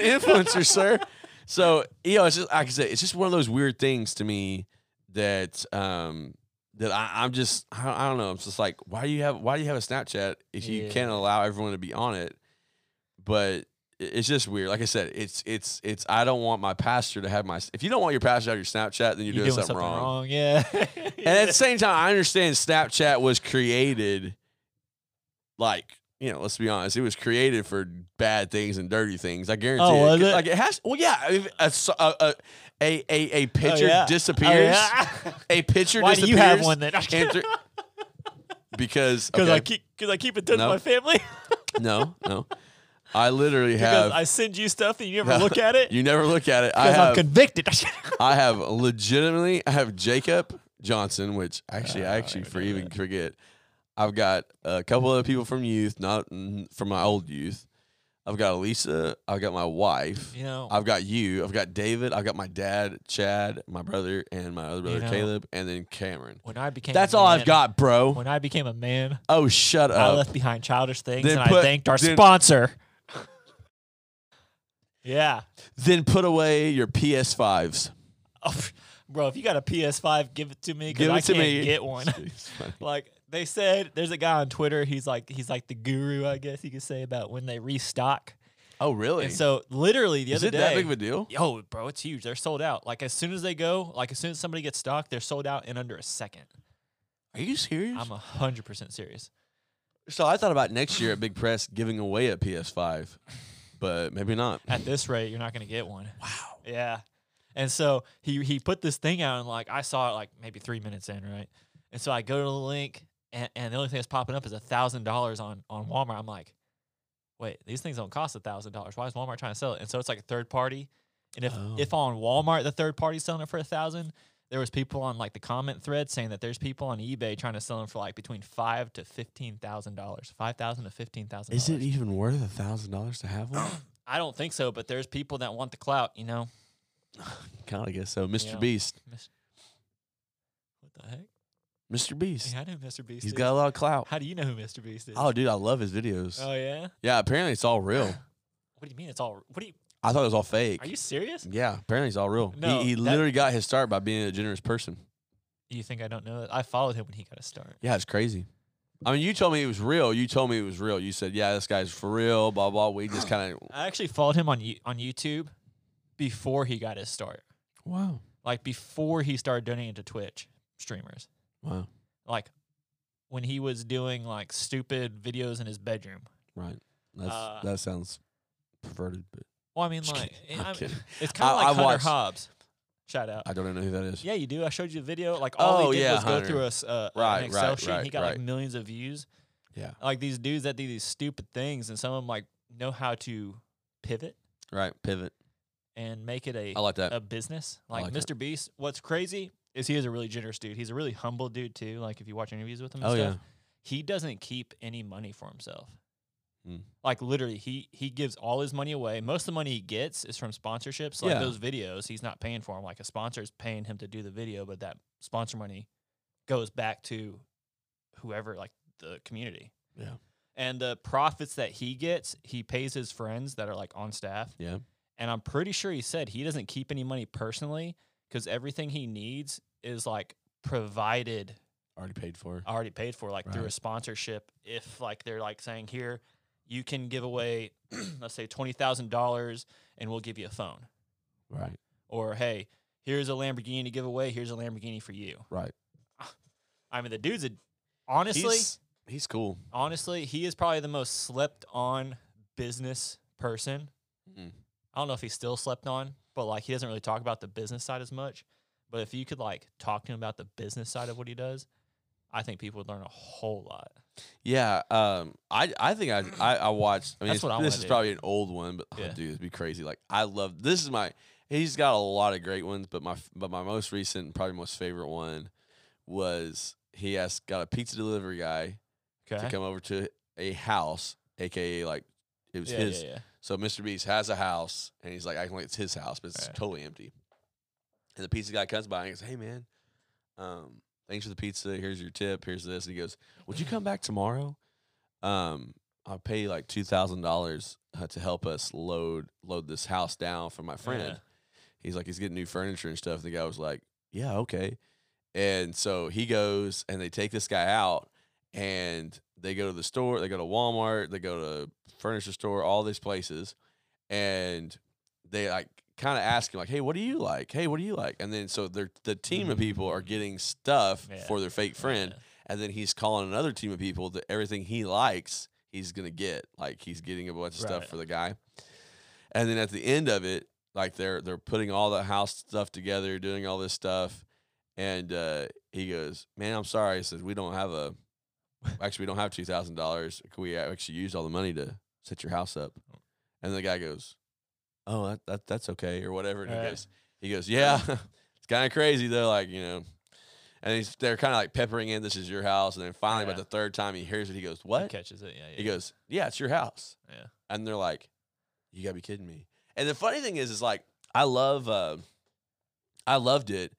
[SPEAKER 1] (laughs)
[SPEAKER 2] influencer, sir. So you know, it's just like I said, it's just one of those weird things to me that um that I, I'm just I don't, I don't know. It's just like why do you have why do you have a Snapchat if you
[SPEAKER 1] Yeah.
[SPEAKER 2] can't allow everyone to be on it? But i- it's just weird. Like I said, it's it's it's I don't want my pastor to have my. If you don't want your pastor to have your Snapchat, then you're, doing, something, wrong.
[SPEAKER 1] Yeah.
[SPEAKER 2] And at
[SPEAKER 1] (laughs)
[SPEAKER 2] the same time, I understand Snapchat was created, like you know, let's be honest, it was created for bad things and dirty things. I guarantee.
[SPEAKER 1] Oh,
[SPEAKER 2] it. 'Cause,
[SPEAKER 1] was it?
[SPEAKER 2] Like it has. Well, yeah. if a s- a a a, a, a picture
[SPEAKER 1] yeah.
[SPEAKER 2] disappears.
[SPEAKER 1] Oh,
[SPEAKER 2] (laughs)
[SPEAKER 1] yeah.
[SPEAKER 2] A picture.
[SPEAKER 1] Why do
[SPEAKER 2] disappears
[SPEAKER 1] you have one then?
[SPEAKER 2] and
[SPEAKER 1] (laughs) Because
[SPEAKER 2] thr- because
[SPEAKER 1] I
[SPEAKER 2] okay,
[SPEAKER 1] keep because I keep in touch (laughs)
[SPEAKER 2] No.
[SPEAKER 1] with my family.
[SPEAKER 2] no no. I literally
[SPEAKER 1] Because
[SPEAKER 2] have.
[SPEAKER 1] I send you stuff and you never look at it.
[SPEAKER 2] You never look at it. I
[SPEAKER 1] Because I'm
[SPEAKER 2] have.
[SPEAKER 1] convicted. (laughs)
[SPEAKER 2] I have legitimately. I have Jacob Johnson, which actually, I actually
[SPEAKER 1] Ah,
[SPEAKER 2] for even forget. I've got a couple other people from youth, not mm, from my old youth. I've got Elisa. I've got my wife.
[SPEAKER 1] you know,
[SPEAKER 2] I've got you. I've got David. I've got my dad, Chad, my brother, and my other brother
[SPEAKER 1] know-
[SPEAKER 2] Caleb, and then Cameron.
[SPEAKER 1] when I became
[SPEAKER 2] That's
[SPEAKER 1] a
[SPEAKER 2] all I've
[SPEAKER 1] man-
[SPEAKER 2] got, bro.
[SPEAKER 1] When I became a man,
[SPEAKER 2] Oh, shut
[SPEAKER 1] I
[SPEAKER 2] up.
[SPEAKER 1] left behind childish things
[SPEAKER 2] Then
[SPEAKER 1] and I
[SPEAKER 2] put-
[SPEAKER 1] thanked our
[SPEAKER 2] then-
[SPEAKER 1] sponsor. (laughs) yeah.
[SPEAKER 2] Then put away your PS5s.
[SPEAKER 1] Oh, pff, (laughs) bro, if you got a PS5, give it to me because
[SPEAKER 2] Give
[SPEAKER 1] I
[SPEAKER 2] it to
[SPEAKER 1] can't
[SPEAKER 2] me.
[SPEAKER 1] get
[SPEAKER 2] (laughs)
[SPEAKER 1] one. (laughs)
[SPEAKER 2] It's funny.
[SPEAKER 1] like they said, there's a guy on Twitter. He's like he's like the guru, I guess you could say about when they restock.
[SPEAKER 2] Oh, really?
[SPEAKER 1] And so literally the
[SPEAKER 2] Is
[SPEAKER 1] other
[SPEAKER 2] it
[SPEAKER 1] day,
[SPEAKER 2] that big of a deal?
[SPEAKER 1] yo, bro, it's huge. They're sold out. Like as soon as they go, like as soon as somebody gets stocked, they're sold out in under a second.
[SPEAKER 2] Are you serious?
[SPEAKER 1] I'm hundred percent serious.
[SPEAKER 2] so I thought about next year at Big Press giving away a PS5, but maybe not.
[SPEAKER 1] At this rate, you're not gonna get one.
[SPEAKER 2] Wow.
[SPEAKER 1] Yeah. And so he he put this thing out and like I saw it like maybe three minutes in, right? And so I go to the link and, and the only thing that's popping up is a thousand dollars on on Walmart. I'm like, wait, these things don't cost a thousand dollars. Why is Walmart trying to sell it? And so it's like a third party. And if
[SPEAKER 2] Oh.
[SPEAKER 1] if on Walmart the third party's selling it for a thousand, there was people on like the comment thread saying that there's people on eBay trying to sell them for like between five to fifteen thousand dollars, five thousand to fifteen thousand.
[SPEAKER 2] Is it even worth a thousand dollars to have
[SPEAKER 1] (clears throat)
[SPEAKER 2] one?
[SPEAKER 1] I don't think so, but there's people that want the clout, you know.
[SPEAKER 2] kind of guess so. Mr.
[SPEAKER 1] Yeah.
[SPEAKER 2] Beast.
[SPEAKER 1] Mis- What the heck?
[SPEAKER 2] Mr. Beast.
[SPEAKER 1] Yeah, I know who Mr. Beast is.
[SPEAKER 2] He's got a lot of clout.
[SPEAKER 1] How do you know who Mr. Beast is?
[SPEAKER 2] Oh, dude, I love his videos.
[SPEAKER 1] Oh, yeah.
[SPEAKER 2] yeah, apparently it's
[SPEAKER 1] (sighs)
[SPEAKER 2] all real.
[SPEAKER 1] (gasps) What do you mean? It's all. What do you?
[SPEAKER 2] I thought it was all fake.
[SPEAKER 1] Are you serious?
[SPEAKER 2] Yeah, apparently it's all real.
[SPEAKER 1] No,
[SPEAKER 2] he he
[SPEAKER 1] that-
[SPEAKER 2] literally got his start by being a generous person.
[SPEAKER 1] You think I don't know that? I followed him when he got a start.
[SPEAKER 2] Yeah, it's crazy. I mean, you told me it was real. You told me it was real. You said, "Yeah, this guy's for real." Blah blah. We
[SPEAKER 1] (clears throat)
[SPEAKER 2] just kind of
[SPEAKER 1] I actually followed him on Yo- on YouTube before he got his start.
[SPEAKER 2] wow,
[SPEAKER 1] Like before he started donating to Twitch streamers.
[SPEAKER 2] wow,
[SPEAKER 1] Like when he was doing like stupid videos in his bedroom.
[SPEAKER 2] right. That's
[SPEAKER 1] Uh,
[SPEAKER 2] that sounds perverted, but
[SPEAKER 1] Well, I mean,
[SPEAKER 2] Just
[SPEAKER 1] like
[SPEAKER 2] kidding. (laughs) I'm
[SPEAKER 1] I mean,
[SPEAKER 2] kidding.
[SPEAKER 1] it's kind
[SPEAKER 2] I-
[SPEAKER 1] of like
[SPEAKER 2] I
[SPEAKER 1] Hunter
[SPEAKER 2] watched-
[SPEAKER 1] Hobbs. Shout out.
[SPEAKER 2] I don't even know who that is.
[SPEAKER 1] Yeah, you do. I showed you the video. Like all
[SPEAKER 2] Oh,
[SPEAKER 1] he did
[SPEAKER 2] yeah,
[SPEAKER 1] was
[SPEAKER 2] Hunter.
[SPEAKER 1] go through us uh,
[SPEAKER 2] Right,
[SPEAKER 1] an Excel
[SPEAKER 2] right,
[SPEAKER 1] sheet. and he
[SPEAKER 2] right,
[SPEAKER 1] got
[SPEAKER 2] right.
[SPEAKER 1] like millions of views.
[SPEAKER 2] Yeah.
[SPEAKER 1] Like these dudes that do these stupid things, and some of them like know how to pivot
[SPEAKER 2] Right, pivot.
[SPEAKER 1] and make it a
[SPEAKER 2] I like that.
[SPEAKER 1] a business. Like,
[SPEAKER 2] like
[SPEAKER 1] Mr. Beast. What's crazy is he is a really generous dude. He's a really humble dude too. Like if you watch interviews with him, and
[SPEAKER 2] oh yeah,
[SPEAKER 1] stuff, he doesn't keep any money for himself.
[SPEAKER 2] Mm.
[SPEAKER 1] Like literally, he he gives all his money away. Most of the money he gets is from sponsorships. Like
[SPEAKER 2] Yeah.
[SPEAKER 1] those videos, he's not paying for them. Like a sponsor is paying him to do the video, but that sponsor money goes back to whoever, like the community.
[SPEAKER 2] Yeah.
[SPEAKER 1] And the profits that he gets, he pays his friends that are like on staff.
[SPEAKER 2] yeah.
[SPEAKER 1] And I'm pretty sure he said he doesn't keep any money personally because everything he needs is like provided
[SPEAKER 2] Already paid for.
[SPEAKER 1] already paid for, like through a
[SPEAKER 2] Right.
[SPEAKER 1] sponsorship. If like they're like saying here, you can give away, (clears throat) let's say twenty thousand dollars, and we'll give you a phone,
[SPEAKER 2] Right,
[SPEAKER 1] or hey, here's a Lamborghini to give away. Here's a Lamborghini for you.
[SPEAKER 2] right.
[SPEAKER 1] I mean, the dude's a, honestly,
[SPEAKER 2] he's, he's cool.
[SPEAKER 1] honestly, he is probably the most slept on business person.
[SPEAKER 2] Mm.
[SPEAKER 1] I don't know if he's still slept on, but like he doesn't really talk about the business side as much. But if you could like talk to him about the business side of what he does, I think people would learn a whole lot.
[SPEAKER 2] Yeah, um, I I think I I, I watched. I mean,
[SPEAKER 1] That's
[SPEAKER 2] it's-
[SPEAKER 1] what I wanna
[SPEAKER 2] this is
[SPEAKER 1] do.
[SPEAKER 2] probably an old one, but
[SPEAKER 1] Yeah.
[SPEAKER 2] oh, dude, it'd be crazy. Like I love this is my. He's got a lot of great ones, but my f- but my most recent, and probably most favorite one, was he asked got a pizza delivery guy
[SPEAKER 1] Okay.
[SPEAKER 2] to come over to a house, aka like it was
[SPEAKER 1] Yeah,
[SPEAKER 2] his.
[SPEAKER 1] yeah, yeah.
[SPEAKER 2] So Mr. Beast has a house, and he's like acting like it's his house, but it's
[SPEAKER 1] Right.
[SPEAKER 2] totally empty. And the pizza guy comes by and he goes, "Hey man, um, thanks for the pizza. Here's your tip. Here's this." And he goes, "Would you come back tomorrow? Um, I'll pay you like two thousand dollars uh, to help us load load this house down for my friend."
[SPEAKER 1] Yeah.
[SPEAKER 2] He's like, he's getting new furniture and stuff. And the guy was like, "Yeah, okay." And so he goes, and they take this guy out, and they go to the store, they go to Walmart, they go to furniture store, all these places, and they like kind of ask him like, "Hey, what do you like? Hey, what do you like?" And then so their the team of people are getting stuff
[SPEAKER 1] Mm-hmm. Yeah.
[SPEAKER 2] for their fake friend, and then he's calling another team of people that everything he likes he's gonna get. Like he's getting a bunch of stuff
[SPEAKER 1] Right.
[SPEAKER 2] for the guy, and then at the end of it, like they're they're putting all the house stuff together, doing all this stuff, and uh, he goes, "Man, I'm sorry," he says, "We don't have a." Actually, we don't have two thousand dollars. We actually used all the money to set your house up. And the guy goes, Oh, that, that that's okay, or whatever. And he
[SPEAKER 1] Right.
[SPEAKER 2] goes, he goes, Yeah, (laughs) it's kind of crazy though, like, you know. And he's they're kind of like peppering in, this is your house. And then finally,
[SPEAKER 1] Yeah.
[SPEAKER 2] about the third time he hears it, he goes,
[SPEAKER 1] He
[SPEAKER 2] What?
[SPEAKER 1] catches it. Yeah, yeah.
[SPEAKER 2] He goes, Yeah, it's your house.
[SPEAKER 1] Yeah.
[SPEAKER 2] And they're like, You gotta be kidding me. And the funny thing is, is like I love uh, I loved it,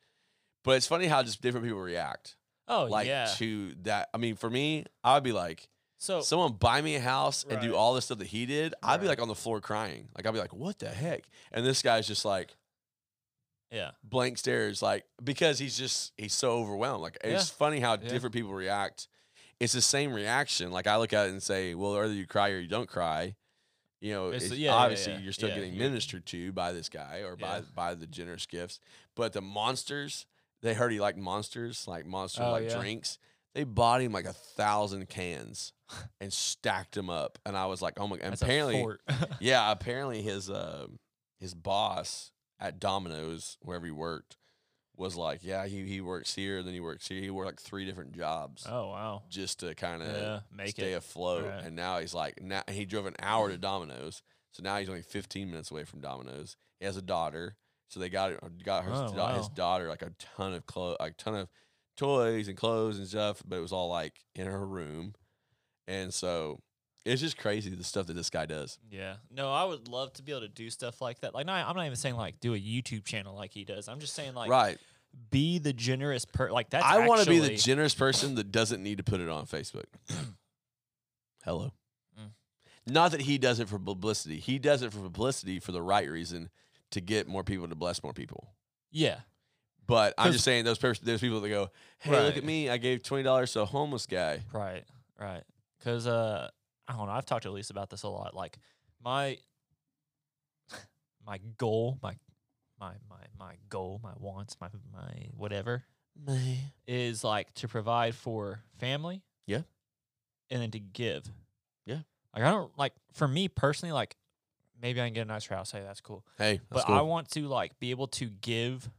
[SPEAKER 2] but it's funny how just different people react.
[SPEAKER 1] Oh
[SPEAKER 2] like
[SPEAKER 1] yeah.
[SPEAKER 2] to that. I mean, for me, I would be like,
[SPEAKER 1] So
[SPEAKER 2] someone buy me a house and
[SPEAKER 1] Right.
[SPEAKER 2] do all the stuff that he did, I'd be
[SPEAKER 1] Right.
[SPEAKER 2] like on the floor crying. Like I'd be like, what the heck? And this guy's just like
[SPEAKER 1] yeah,
[SPEAKER 2] blank stares, like because he's just he's so overwhelmed. Like it's funny how
[SPEAKER 1] Yeah.
[SPEAKER 2] different people react. It's the same reaction. Like I look at it and say, well, either you cry or you don't cry. You know,
[SPEAKER 1] It's-
[SPEAKER 2] it's-
[SPEAKER 1] yeah, yeah,
[SPEAKER 2] obviously
[SPEAKER 1] yeah.
[SPEAKER 2] you're still
[SPEAKER 1] Yeah,
[SPEAKER 2] getting
[SPEAKER 1] you-
[SPEAKER 2] ministered to by this guy or by
[SPEAKER 1] Yeah.
[SPEAKER 2] by the generous gifts. But the monsters, they heard he liked monsters, like monster
[SPEAKER 1] Oh,
[SPEAKER 2] like
[SPEAKER 1] yeah.
[SPEAKER 2] drinks. They bought him like a thousand cans and stacked them up. And I was like, oh my! And
[SPEAKER 1] that's
[SPEAKER 2] apparently,
[SPEAKER 1] a fort.
[SPEAKER 2] (laughs) yeah, apparently his uh, his boss at Domino's, wherever he worked, was like, yeah, he he works here, then he works here. He worked like three different jobs
[SPEAKER 1] (laughs) oh wow.
[SPEAKER 2] just to kind of
[SPEAKER 1] Yeah, make
[SPEAKER 2] stay
[SPEAKER 1] it.
[SPEAKER 2] afloat.
[SPEAKER 1] Right. Mm-hmm.
[SPEAKER 2] And now he's like, now he drove an hour to Domino's, so now he's only 15 minutes away from Domino's. He has a daughter, so they got uh, got her
[SPEAKER 1] Oh,
[SPEAKER 2] da- his
[SPEAKER 1] wow.
[SPEAKER 2] daughter like a ton of clothes, like ton of toys and clothes and stuff, but it was all like in her room, and so it's just crazy the stuff that this guy does.
[SPEAKER 1] Yeah. No, I would love to be able to do stuff like that. Like, not, I'm not even saying like do a YouTube channel like he does. I'm just saying like
[SPEAKER 2] right.
[SPEAKER 1] be the generous per. Like that's.
[SPEAKER 2] I want to be the
[SPEAKER 1] actually-
[SPEAKER 2] generous person that doesn't need to put it on Facebook. (clears throat) Hello.
[SPEAKER 1] Mm.
[SPEAKER 2] Not that he does it for publicity. He does it for publicity for the right reason to get more people to bless more people.
[SPEAKER 1] Yeah.
[SPEAKER 2] But I'm
[SPEAKER 1] 'Cause-
[SPEAKER 2] just saying those pers- there's people that go, "Hey, look at
[SPEAKER 1] Right.
[SPEAKER 2] me! I gave twenty dollars to a homeless guy."
[SPEAKER 1] Right. Right. Because uh, I don't know. I've talked to Elise about this a lot. Like my (laughs) my goal, my my my my goal, my wants, my my whatever is like to provide for family.
[SPEAKER 2] Yeah.
[SPEAKER 1] And then to give.
[SPEAKER 2] Yeah.
[SPEAKER 1] Like I don't like for me personally, like maybe I can get a nicer house. Hey, that's cool.
[SPEAKER 2] Hey, that's
[SPEAKER 1] but
[SPEAKER 2] cool.
[SPEAKER 1] I want to like be able to give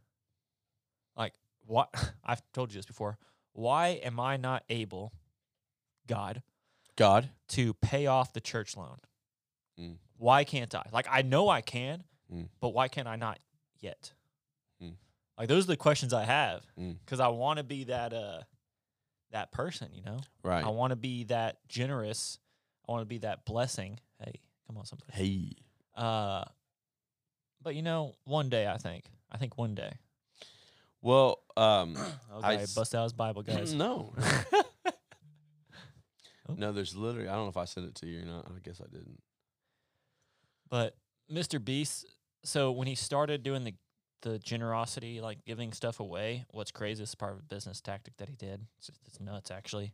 [SPEAKER 1] like what (laughs) I've told you this before. Why am I not able, God,
[SPEAKER 2] God.
[SPEAKER 1] to pay off the church loan?
[SPEAKER 2] Mm.
[SPEAKER 1] Why can't I? Like I know I can,
[SPEAKER 2] Mm.
[SPEAKER 1] but why can't I not yet?
[SPEAKER 2] Mm.
[SPEAKER 1] Like those are the questions I have
[SPEAKER 2] Mm.
[SPEAKER 1] because I want to be that uh that person, you know.
[SPEAKER 2] Right.
[SPEAKER 1] I want to be that generous. I want to be that blessing. Hey, come on, somebody.
[SPEAKER 2] hey.
[SPEAKER 1] Uh, but you know, one day I think, I think one
[SPEAKER 2] (clears throat)
[SPEAKER 1] day.
[SPEAKER 2] Well, (clears throat) um,
[SPEAKER 1] Okay,
[SPEAKER 2] s-
[SPEAKER 1] bust out his Bible, (clears throat) guys. (laughs)
[SPEAKER 2] no.
[SPEAKER 1] Oh.
[SPEAKER 2] No, there's literally. I don't know if I sent it to you or not. I guess I didn't.
[SPEAKER 1] But Mr. Beast, so when he started doing the the generosity, like giving stuff away, what's crazy is part of a business tactic that he did. It's, just- it's nuts, actually.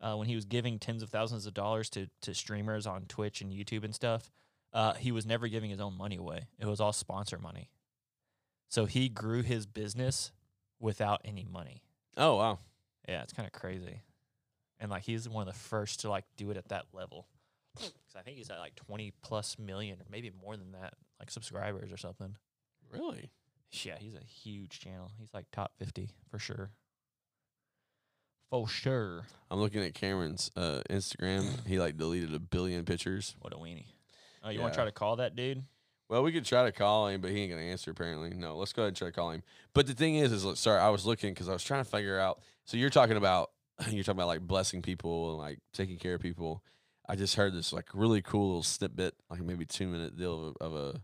[SPEAKER 1] Uh, when he was giving tens of thousands of dollars to to streamers on Twitch and YouTube and stuff, uh, he was never giving his own money away. It was all sponsor money. So he grew his business without any money.
[SPEAKER 2] Oh wow.
[SPEAKER 1] Yeah, it's kind of crazy. And like he's one of the first to like do it at that level. Cuz I think he's at like 20 plus million or maybe more than that like subscribers or something.
[SPEAKER 2] Really?
[SPEAKER 1] Yeah, he's a huge channel. He's like top 50 for sure. For sure.
[SPEAKER 2] I'm looking at Cameron's uh, Instagram. He like deleted a billion pictures.
[SPEAKER 1] What a weenie. Oh, you want
[SPEAKER 2] Yeah.
[SPEAKER 1] to try to call that dude?
[SPEAKER 2] Well, we could try to call him, but he ain't gonna answer apparently. No, let's go ahead and try to call him. But the thing is, is look, sorry, I was looking because I was trying to figure out. So you're talking about (clears throat) you're talking about like blessing people and like taking care of people. I just heard this like really cool little snippet, like maybe two minute deal of a of a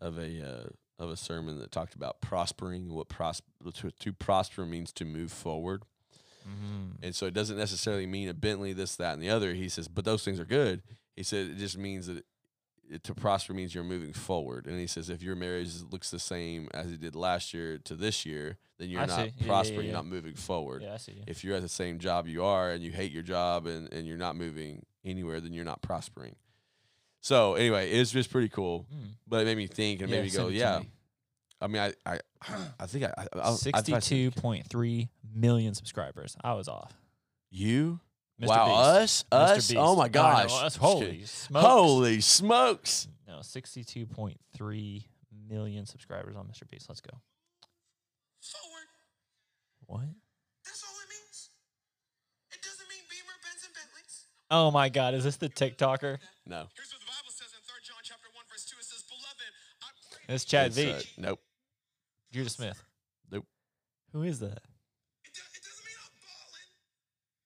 [SPEAKER 2] of a, uh, of a sermon that talked about prospering. What pros to, to prosper means to move forward.
[SPEAKER 1] Mm.
[SPEAKER 2] And so it doesn't necessarily mean a Bentley, this, that, and the other. He says, but those things are good. He said, it just means that it, to prosper means you're moving forward. And he says, if your marriage looks the same as it did last year to this year, then you're
[SPEAKER 1] I
[SPEAKER 2] not
[SPEAKER 1] see. Yeah, yeah,
[SPEAKER 2] prospering,
[SPEAKER 1] yeah.
[SPEAKER 2] you're not moving forward.
[SPEAKER 1] Mm-hmm. Yeah, I see you.
[SPEAKER 2] If you're at the same job you are and you hate your job and, and you're not moving anywhere, then you're not prospering. So anyway, it's just pretty cool.
[SPEAKER 1] Mm.
[SPEAKER 2] But it made me think and it
[SPEAKER 1] Yeah,
[SPEAKER 2] made me
[SPEAKER 1] send
[SPEAKER 2] go,
[SPEAKER 1] it to
[SPEAKER 2] yeah.
[SPEAKER 1] me.
[SPEAKER 2] I mean, I, I, I (clears throat) think I, I, I- I, I
[SPEAKER 1] 62.3 million subscribers. I was off.
[SPEAKER 2] You?
[SPEAKER 1] Mr.
[SPEAKER 2] Wow,
[SPEAKER 1] Beast.
[SPEAKER 2] us, us. Oh
[SPEAKER 1] No,
[SPEAKER 2] my
[SPEAKER 1] I know,
[SPEAKER 2] gosh,
[SPEAKER 1] us.
[SPEAKER 2] Just kidding.
[SPEAKER 1] Holy smokes.
[SPEAKER 2] Holy smokes.
[SPEAKER 1] No, sixty-two point three million subscribers on Mr. Beast. Let's go.
[SPEAKER 3] forward.
[SPEAKER 1] What?
[SPEAKER 3] That's all it means. It doesn't mean Beamer, Benz, and Bentleys.
[SPEAKER 1] Oh my God! Is this the TikToker?
[SPEAKER 2] No.
[SPEAKER 3] Here's what the
[SPEAKER 1] That's Chad
[SPEAKER 2] It's, uh,
[SPEAKER 1] Veach.
[SPEAKER 2] nope.
[SPEAKER 1] Judah Smith.
[SPEAKER 2] Nope.
[SPEAKER 1] Who is that? (sighs)
[SPEAKER 3] It, do- it doesn't mean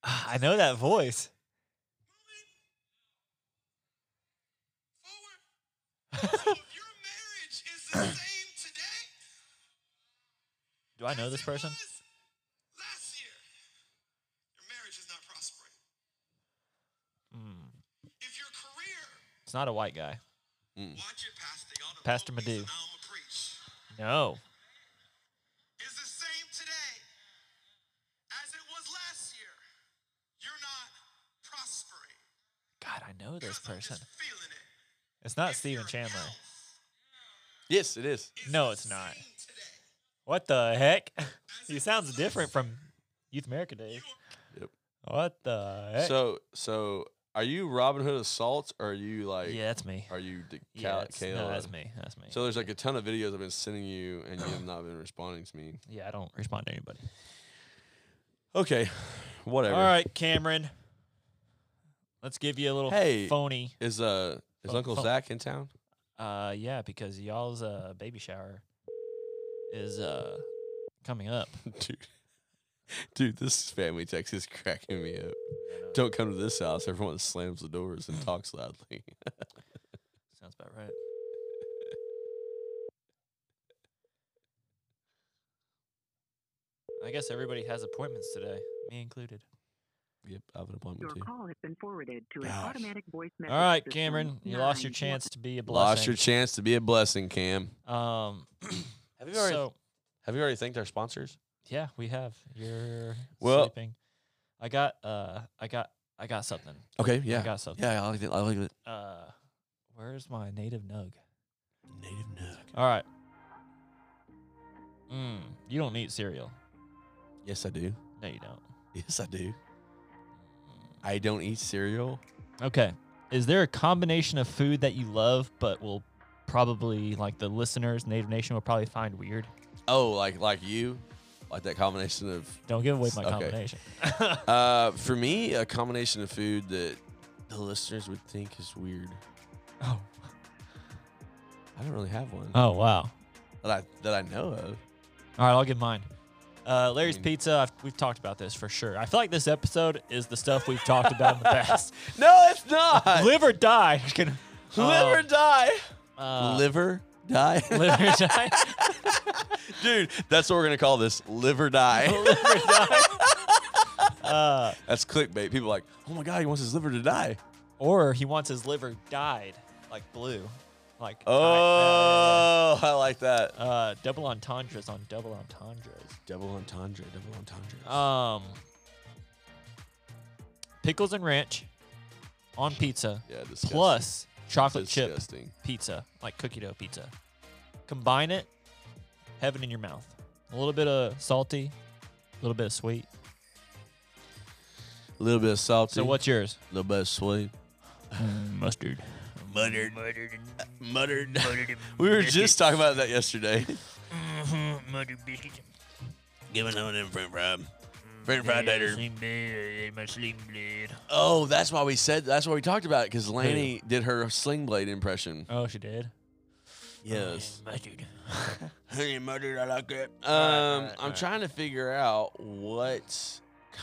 [SPEAKER 3] I'm balling.
[SPEAKER 1] Ah, I know that voice.
[SPEAKER 3] Moving. Forward. so if your marriage is
[SPEAKER 1] (coughs)
[SPEAKER 3] the same today.
[SPEAKER 1] Do I know
[SPEAKER 3] as
[SPEAKER 1] this
[SPEAKER 3] it
[SPEAKER 1] person?
[SPEAKER 3] was Last year, your marriage is not prospering.
[SPEAKER 2] Hmm.
[SPEAKER 3] If your career,
[SPEAKER 1] It's not a white guy.
[SPEAKER 3] watch it, Pastor. Y'all done
[SPEAKER 1] Pastor
[SPEAKER 3] told me, so
[SPEAKER 1] Madhu.
[SPEAKER 3] now I'ma preach.
[SPEAKER 1] No.
[SPEAKER 3] is the same today as it was last year. You're not prospering.
[SPEAKER 1] God, I know this
[SPEAKER 3] 'Cause I'm
[SPEAKER 1] person.
[SPEAKER 3] just feeling it.
[SPEAKER 1] It's not
[SPEAKER 3] If
[SPEAKER 1] Steven
[SPEAKER 3] your
[SPEAKER 1] Chandler.
[SPEAKER 3] health
[SPEAKER 2] Yes, it is.
[SPEAKER 3] is
[SPEAKER 1] No,
[SPEAKER 3] the
[SPEAKER 1] it's not.
[SPEAKER 3] same today
[SPEAKER 1] What the heck? (laughs)
[SPEAKER 3] as
[SPEAKER 1] he
[SPEAKER 3] it
[SPEAKER 1] sounds
[SPEAKER 3] was
[SPEAKER 1] different from Youth America Day.
[SPEAKER 3] last- you-
[SPEAKER 1] What the heck?
[SPEAKER 2] So so are you Robin Hood assaults or are you like
[SPEAKER 1] yeah, that's me.
[SPEAKER 2] are you de-
[SPEAKER 1] Yeah,
[SPEAKER 2] Cal-
[SPEAKER 1] that's, no,
[SPEAKER 2] Kayla?
[SPEAKER 1] that's me. That's me.
[SPEAKER 2] So there's like a ton of videos I've been sending you and you have not been responding to me.
[SPEAKER 1] yeah, I don't respond to anybody.
[SPEAKER 2] Okay. Whatever.
[SPEAKER 1] All right, Cameron. Let's give you a little
[SPEAKER 2] Hey.
[SPEAKER 1] phony.
[SPEAKER 2] Is uh is
[SPEAKER 1] Phone-
[SPEAKER 2] Uncle
[SPEAKER 1] phone.
[SPEAKER 2] Zach in town? (laughs)
[SPEAKER 1] Uh, yeah, because y'all's uh, baby shower is uh coming up.
[SPEAKER 2] Dude. Dude, this family text is cracking me up.
[SPEAKER 1] I know,
[SPEAKER 2] Don't come to this house. Everyone slams the doors and talks loudly. (laughs)
[SPEAKER 1] Sounds about right. I guess everybody has appointments today, me included.
[SPEAKER 2] yep, I have an appointment
[SPEAKER 4] Your
[SPEAKER 2] too.
[SPEAKER 4] call has been forwarded to an
[SPEAKER 2] Gosh.
[SPEAKER 4] automatic voice message.
[SPEAKER 1] All right,
[SPEAKER 4] system.
[SPEAKER 1] Cameron, you lost your
[SPEAKER 4] Nine
[SPEAKER 1] chance to be a
[SPEAKER 2] Lost your
[SPEAKER 1] blessing.
[SPEAKER 2] chance to be a blessing, Cam. (clears throat)
[SPEAKER 1] um, (clears throat)
[SPEAKER 2] Have
[SPEAKER 1] so
[SPEAKER 2] have you already thanked our sponsors?
[SPEAKER 1] yeah, we have. You're
[SPEAKER 2] Well-
[SPEAKER 1] sleeping. I got uh, I got, I got something.
[SPEAKER 2] Okay,
[SPEAKER 1] I got something.
[SPEAKER 2] Yeah, I like it. I like it.
[SPEAKER 1] Uh, where's my native nug?
[SPEAKER 2] Native Nook.
[SPEAKER 1] All right. Mm, you don't need cereal.
[SPEAKER 2] Yes, I do.
[SPEAKER 1] No, you don't.
[SPEAKER 2] Yes, I do. I don't eat cereal.
[SPEAKER 1] Okay. Is there a combination of food that you love, but will probably like the listeners, Native Nation will probably find weird?
[SPEAKER 2] Oh, like like you, like that combination of.
[SPEAKER 1] Don't give away my
[SPEAKER 2] Okay. (laughs)
[SPEAKER 1] combination.
[SPEAKER 2] Uh, for me, a combination of food that the listeners would think is weird.
[SPEAKER 1] oh.
[SPEAKER 2] I don't really have one
[SPEAKER 1] Oh wow.
[SPEAKER 2] that I that I know of.
[SPEAKER 1] All right, I'll give mine. Uh, Larry's
[SPEAKER 2] Mm.
[SPEAKER 1] Pizza. I've, we've talked about this for sure. I feel like this episode is the stuff we've talked about in
[SPEAKER 2] (laughs)
[SPEAKER 1] the past.
[SPEAKER 2] No, it's (laughs) not.
[SPEAKER 1] Live or die. (laughs) Just kidding.
[SPEAKER 2] live or die.
[SPEAKER 1] Uh,
[SPEAKER 2] liver die.
[SPEAKER 1] (laughs) live or die.
[SPEAKER 2] (laughs) Dude, that's what we're gonna call this. Live or die. (laughs)
[SPEAKER 1] live or die. Uh,
[SPEAKER 2] That's clickbait. People are like, oh my god, he wants his liver to die.
[SPEAKER 1] or he wants his liver dyed like blue, like dye- uh,
[SPEAKER 2] Oh, (laughs) I like that.
[SPEAKER 1] uh, double entendres on double entendres.
[SPEAKER 2] Double entendre. Double entendre.
[SPEAKER 1] Um, pickles and ranch on pizza
[SPEAKER 2] yeah, disgusting.
[SPEAKER 1] plus chocolate chip
[SPEAKER 2] disgusting.
[SPEAKER 1] pizza, like cookie dough pizza. Combine it, heaven in your mouth. A little bit of salty, a little bit of sweet.
[SPEAKER 2] A little bit of salty.
[SPEAKER 1] So what's yours?
[SPEAKER 2] A little bit of sweet.
[SPEAKER 1] Mustard.
[SPEAKER 2] Muttered.
[SPEAKER 1] (laughs)
[SPEAKER 2] Muttered. (laughs) we
[SPEAKER 5] (laughs)
[SPEAKER 2] were just talking about that (laughs) yesterday.
[SPEAKER 5] Muttered biscuits.
[SPEAKER 2] Giving them an French fry. French fry
[SPEAKER 5] Slim
[SPEAKER 2] dinner.
[SPEAKER 5] blade, my slim blade.
[SPEAKER 2] Oh, that's why we said. That's why we talked about it because Lanny did her sling blade impression.
[SPEAKER 1] Oh, she did.
[SPEAKER 2] Yes.
[SPEAKER 5] Mustard.
[SPEAKER 2] Honey muttered, I like it. Um,
[SPEAKER 1] Alright, alright,
[SPEAKER 2] I'm
[SPEAKER 1] alright.
[SPEAKER 2] trying to figure out what.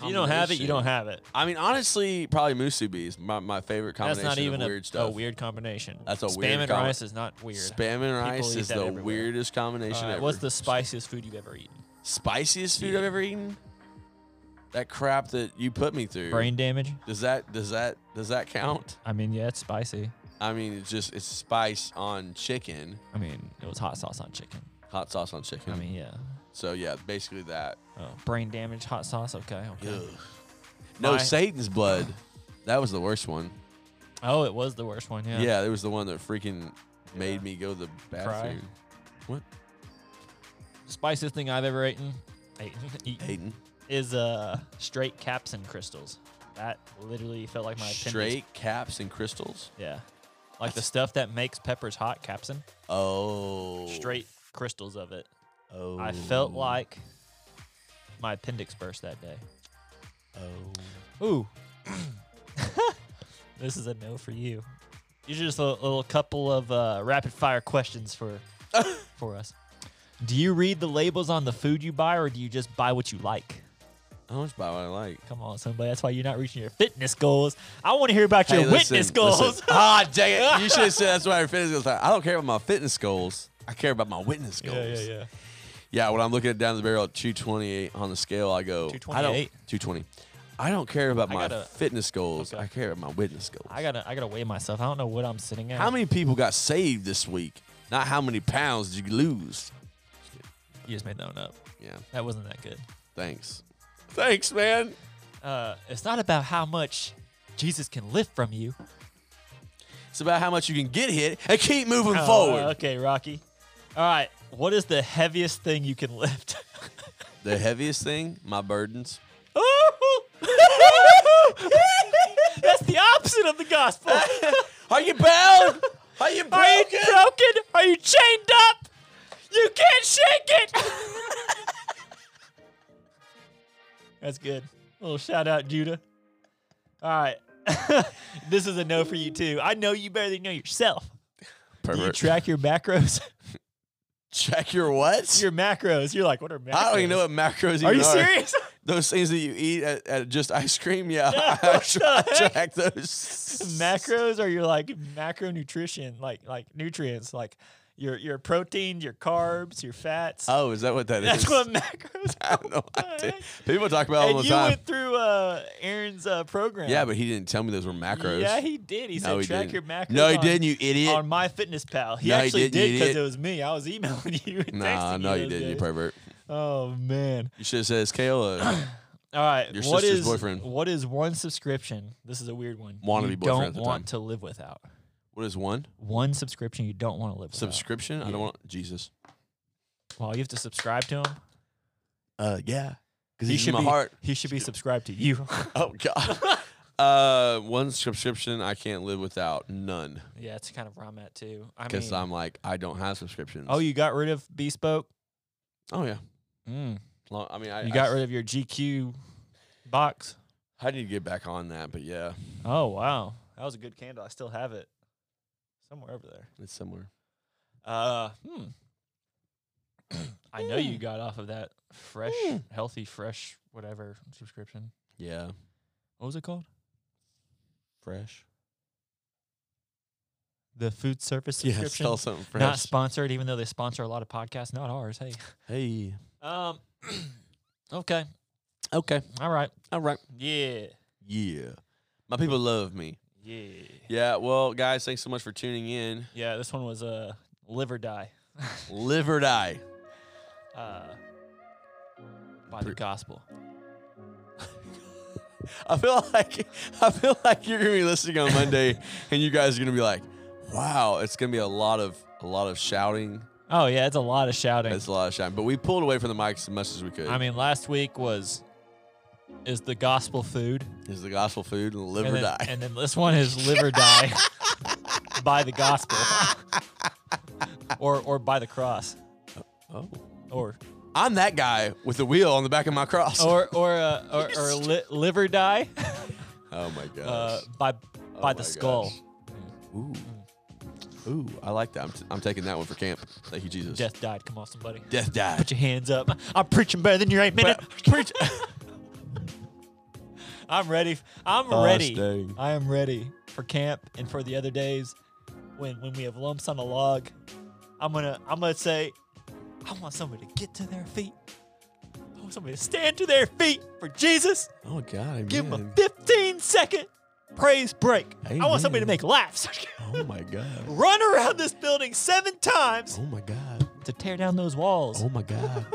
[SPEAKER 1] You don't have it. You don't have
[SPEAKER 2] combination.
[SPEAKER 1] it.
[SPEAKER 2] I mean, honestly, probably musubi is my, my favorite
[SPEAKER 1] That's
[SPEAKER 2] combination
[SPEAKER 1] not even
[SPEAKER 2] of
[SPEAKER 1] a
[SPEAKER 2] weird
[SPEAKER 1] a
[SPEAKER 2] stuff.
[SPEAKER 1] weird combination.
[SPEAKER 2] That's a
[SPEAKER 1] Spam
[SPEAKER 2] weird
[SPEAKER 1] and
[SPEAKER 2] combi-
[SPEAKER 1] rice is not weird.
[SPEAKER 2] Spam and rice
[SPEAKER 1] eat
[SPEAKER 2] is
[SPEAKER 1] that
[SPEAKER 2] the
[SPEAKER 1] everywhere.
[SPEAKER 2] weirdest combination
[SPEAKER 1] Alright,
[SPEAKER 2] ever.
[SPEAKER 1] Uh, what's the spiciest food you've ever eaten?
[SPEAKER 2] spiciest food I've ever eaten? That crap that you put me through.
[SPEAKER 1] Brain damage.
[SPEAKER 2] Does that does that does that count?
[SPEAKER 1] I mean, yeah, it's spicy.
[SPEAKER 2] I mean, it's just it's spice on chicken,
[SPEAKER 1] I mean, it was hot sauce on chicken.
[SPEAKER 2] hot sauce on chicken.
[SPEAKER 1] I mean, yeah.
[SPEAKER 2] so yeah, basically that.
[SPEAKER 1] Oh, brain damage, hot sauce. Okay, okay.
[SPEAKER 2] Ugh. No,
[SPEAKER 1] My-
[SPEAKER 2] Satan's blood. That was the worst one.
[SPEAKER 1] Oh, it was the worst one. Yeah.
[SPEAKER 2] Yeah, it was the one that freaking made me go to the bathroom. What?
[SPEAKER 1] Spiciest thing I've ever eaten, eaten, (laughs) eaten
[SPEAKER 2] Hayden.
[SPEAKER 1] is uh straight capsin crystals. That literally felt like my appendix-
[SPEAKER 2] Straight caps and crystals.
[SPEAKER 1] Yeah. Like the stuff that makes peppers hot, capsin.
[SPEAKER 2] Oh.
[SPEAKER 1] Straight crystals of it.
[SPEAKER 2] Oh.
[SPEAKER 1] I felt like my appendix burst that day.
[SPEAKER 2] Oh.
[SPEAKER 1] Ooh. (coughs)
[SPEAKER 2] (laughs)
[SPEAKER 1] this is a no for you. These are just a little couple of uh, rapid fire questions for for us. Do you read the labels on the food you buy, or do you just buy what you like?
[SPEAKER 2] I just buy what I like.
[SPEAKER 1] Come on, somebody. That's why you're not reaching your fitness goals. I want to hear about your witness goals. (laughs)
[SPEAKER 2] Ah, dang it. You should have said that's why your fitness goals. are. I don't care about my fitness goals. I care about my witness goals.
[SPEAKER 1] yeah, yeah, yeah.
[SPEAKER 2] Yeah, when I'm looking down the barrel at 228 on the scale, I go, I don't,
[SPEAKER 1] 228?
[SPEAKER 2] 220. I don't care about
[SPEAKER 1] I
[SPEAKER 2] my
[SPEAKER 1] gotta-
[SPEAKER 2] fitness goals.
[SPEAKER 1] Okay.
[SPEAKER 2] I care about my witness goals.
[SPEAKER 1] I gotta, I gotta weigh myself. I don't know what I'm sitting at.
[SPEAKER 2] how many people got saved this week? Not how many pounds did you lose?
[SPEAKER 1] You just made that one up.
[SPEAKER 2] Yeah,
[SPEAKER 1] That wasn't that good.
[SPEAKER 2] thanks. Thanks, man.
[SPEAKER 1] Uh, it's not about how much Jesus can lift from you.
[SPEAKER 2] It's about how much you can get hit and keep moving
[SPEAKER 1] Oh,
[SPEAKER 2] forward.
[SPEAKER 1] okay, Rocky. All right. What is the heaviest thing you can lift?
[SPEAKER 2] The heaviest thing, my burdens.
[SPEAKER 1] (laughs) That's the opposite of the (laughs) gospel.
[SPEAKER 2] Are you bound? Are you
[SPEAKER 1] (laughs) Are you
[SPEAKER 2] broken?
[SPEAKER 1] broken? Are you chained up? You can't shake it. That's good. little shout out, Judah. All right. (laughs) this is a no for you, too. I know you better than you know yourself. Do you
[SPEAKER 2] Pervert.
[SPEAKER 1] track your macros? (laughs)
[SPEAKER 2] Check your what?
[SPEAKER 1] your macros. You're like, what are macros?
[SPEAKER 2] I don't even know what macros
[SPEAKER 1] Are
[SPEAKER 2] even
[SPEAKER 1] you
[SPEAKER 2] (laughs)
[SPEAKER 1] serious? (laughs)
[SPEAKER 2] Those things that you eat at, at just ice cream, yeah,
[SPEAKER 1] what
[SPEAKER 2] I, try,
[SPEAKER 1] the heck?
[SPEAKER 2] (laughs) track those.
[SPEAKER 1] macros are your like macronutrition, like like nutrients, like your your protein, your carbs, your fats.
[SPEAKER 2] Oh, is that what that
[SPEAKER 1] (laughs)
[SPEAKER 2] is?
[SPEAKER 1] That's what macros.
[SPEAKER 2] (laughs)
[SPEAKER 1] (laughs)
[SPEAKER 2] I
[SPEAKER 1] Are.
[SPEAKER 2] have no
[SPEAKER 1] What the
[SPEAKER 2] idea.
[SPEAKER 1] heck?
[SPEAKER 2] People talk about it all
[SPEAKER 1] and
[SPEAKER 2] the
[SPEAKER 1] you
[SPEAKER 2] time.
[SPEAKER 1] went through uh, Aaron's uh, program.
[SPEAKER 2] yeah, but he didn't tell me those were macros.
[SPEAKER 1] yeah, he did. He
[SPEAKER 2] no,
[SPEAKER 1] said
[SPEAKER 2] he
[SPEAKER 1] track
[SPEAKER 2] didn't.
[SPEAKER 1] your macros.
[SPEAKER 2] No, he
[SPEAKER 1] on,
[SPEAKER 2] didn't. You idiot.
[SPEAKER 1] On my fitness pal, he
[SPEAKER 2] No, he
[SPEAKER 1] actually
[SPEAKER 2] didn't, you
[SPEAKER 1] did because it
[SPEAKER 2] idiot.
[SPEAKER 1] was me. I was emailing (laughs) you. And
[SPEAKER 2] nah,
[SPEAKER 1] texting
[SPEAKER 2] no,
[SPEAKER 1] you,
[SPEAKER 2] you
[SPEAKER 1] those
[SPEAKER 2] didn't. You
[SPEAKER 1] days.
[SPEAKER 2] pervert.
[SPEAKER 1] Oh man.
[SPEAKER 2] You should have said
[SPEAKER 1] (coughs)
[SPEAKER 2] it's Kayla.
[SPEAKER 1] All right.
[SPEAKER 2] Your
[SPEAKER 1] what
[SPEAKER 2] sister's
[SPEAKER 1] is-
[SPEAKER 2] boyfriend.
[SPEAKER 1] What is one subscription? This is a weird one.
[SPEAKER 2] Wannabe
[SPEAKER 1] you
[SPEAKER 2] boyfriend
[SPEAKER 1] don't
[SPEAKER 2] at the
[SPEAKER 1] want to
[SPEAKER 2] time.
[SPEAKER 1] live without.
[SPEAKER 2] what is one
[SPEAKER 1] One subscription you don't want to live without.
[SPEAKER 2] subscription? I
[SPEAKER 1] Uh, Yeah.
[SPEAKER 2] don't want Jesus.
[SPEAKER 1] Well, you have to subscribe to him.
[SPEAKER 2] Uh, yeah, because
[SPEAKER 1] he
[SPEAKER 2] he's
[SPEAKER 1] should
[SPEAKER 2] in my
[SPEAKER 1] be,
[SPEAKER 2] heart.
[SPEAKER 1] He should be subscribed to
[SPEAKER 2] (laughs)
[SPEAKER 1] you. (laughs)
[SPEAKER 2] Oh God. uh, one subscription I can't live without. None,
[SPEAKER 1] yeah, it's kind of where I'm at too. I
[SPEAKER 2] because
[SPEAKER 1] mean,
[SPEAKER 2] I'm like I don't have subscriptions.
[SPEAKER 1] oh, you got rid of Bespoke.
[SPEAKER 2] Oh yeah.
[SPEAKER 1] Mm.
[SPEAKER 2] Long, I mean, I
[SPEAKER 1] You
[SPEAKER 2] I
[SPEAKER 1] got
[SPEAKER 2] s-
[SPEAKER 1] rid of your GQ box.
[SPEAKER 2] I need to get back on that, but yeah,
[SPEAKER 1] Oh wow, that was a good candle. I still have it somewhere over there.
[SPEAKER 2] it's somewhere.
[SPEAKER 1] Uh, hmm. (clears throat) I know
[SPEAKER 2] Hmm.
[SPEAKER 1] you got off of that fresh, healthy, fresh whatever subscription.
[SPEAKER 2] Yeah,
[SPEAKER 1] What was it called?
[SPEAKER 2] fresh.
[SPEAKER 1] The food service
[SPEAKER 2] Yeah,
[SPEAKER 1] subscription.
[SPEAKER 2] sell something fresh.
[SPEAKER 1] Not sponsored, even though they sponsor a lot of podcasts. Not ours. Hey.
[SPEAKER 2] hey.
[SPEAKER 1] Um. (clears throat) okay.
[SPEAKER 2] Okay.
[SPEAKER 1] All right.
[SPEAKER 2] All right.
[SPEAKER 1] Yeah.
[SPEAKER 2] Yeah. My people love me.
[SPEAKER 1] Yeah.
[SPEAKER 2] Yeah. Well, guys, thanks so much for tuning in.
[SPEAKER 1] Yeah. This one was uh, live or die.
[SPEAKER 2] Live or die. (laughs)
[SPEAKER 1] Uh, by the
[SPEAKER 2] Pre-
[SPEAKER 1] gospel.
[SPEAKER 2] I feel like I feel like you're gonna be listening on Monday,
[SPEAKER 1] (laughs)
[SPEAKER 2] and you guys are gonna be like, "Wow, it's gonna be a lot of a lot of shouting.
[SPEAKER 1] Oh yeah, it's a lot of shouting.
[SPEAKER 2] It's a lot of shouting." But we pulled away from the mics as much as we could.
[SPEAKER 1] I mean, last week was is the gospel food.
[SPEAKER 2] is the gospel food and live
[SPEAKER 1] and,
[SPEAKER 2] or
[SPEAKER 1] then,
[SPEAKER 2] die?
[SPEAKER 1] and then this one is live or die (laughs) by the
[SPEAKER 2] (laughs)
[SPEAKER 1] gospel. or or by the cross.
[SPEAKER 2] oh.
[SPEAKER 1] Or
[SPEAKER 2] (laughs) I'm that guy with the wheel on the back of my cross.
[SPEAKER 1] or or uh, or, or li- live or die
[SPEAKER 2] (laughs) oh my gosh.
[SPEAKER 1] uh, by by
[SPEAKER 2] Oh my
[SPEAKER 1] the skull.
[SPEAKER 2] gosh. Ooh. Ooh, I like that. I'm, t- I'm taking that one for camp. Thank you, Jesus.
[SPEAKER 1] Death died. Come on, somebody.
[SPEAKER 2] Death
[SPEAKER 1] Put
[SPEAKER 2] died.
[SPEAKER 1] your hands up. I'm preaching better than your eight minute. (laughs) Preach. I'm ready. I'm
[SPEAKER 2] Gosh
[SPEAKER 1] ready.
[SPEAKER 2] Oh, dang.
[SPEAKER 1] I am ready for camp and for the other days when when we have lumps on a log. I'm gonna I'm gonna say I want somebody to get to their feet. I want somebody to stand to their feet for Jesus.
[SPEAKER 2] (laughs) Oh, God.
[SPEAKER 1] Give them (laughs)
[SPEAKER 2] amen.
[SPEAKER 1] a 15 second praise break. I want somebody to
[SPEAKER 2] Amen.
[SPEAKER 1] make laughs. (laughs)
[SPEAKER 2] Oh, my God.
[SPEAKER 1] Run around this building seven times
[SPEAKER 2] Oh, my God.
[SPEAKER 1] to tear down those walls.
[SPEAKER 2] Oh,
[SPEAKER 1] (laughs)
[SPEAKER 2] my God.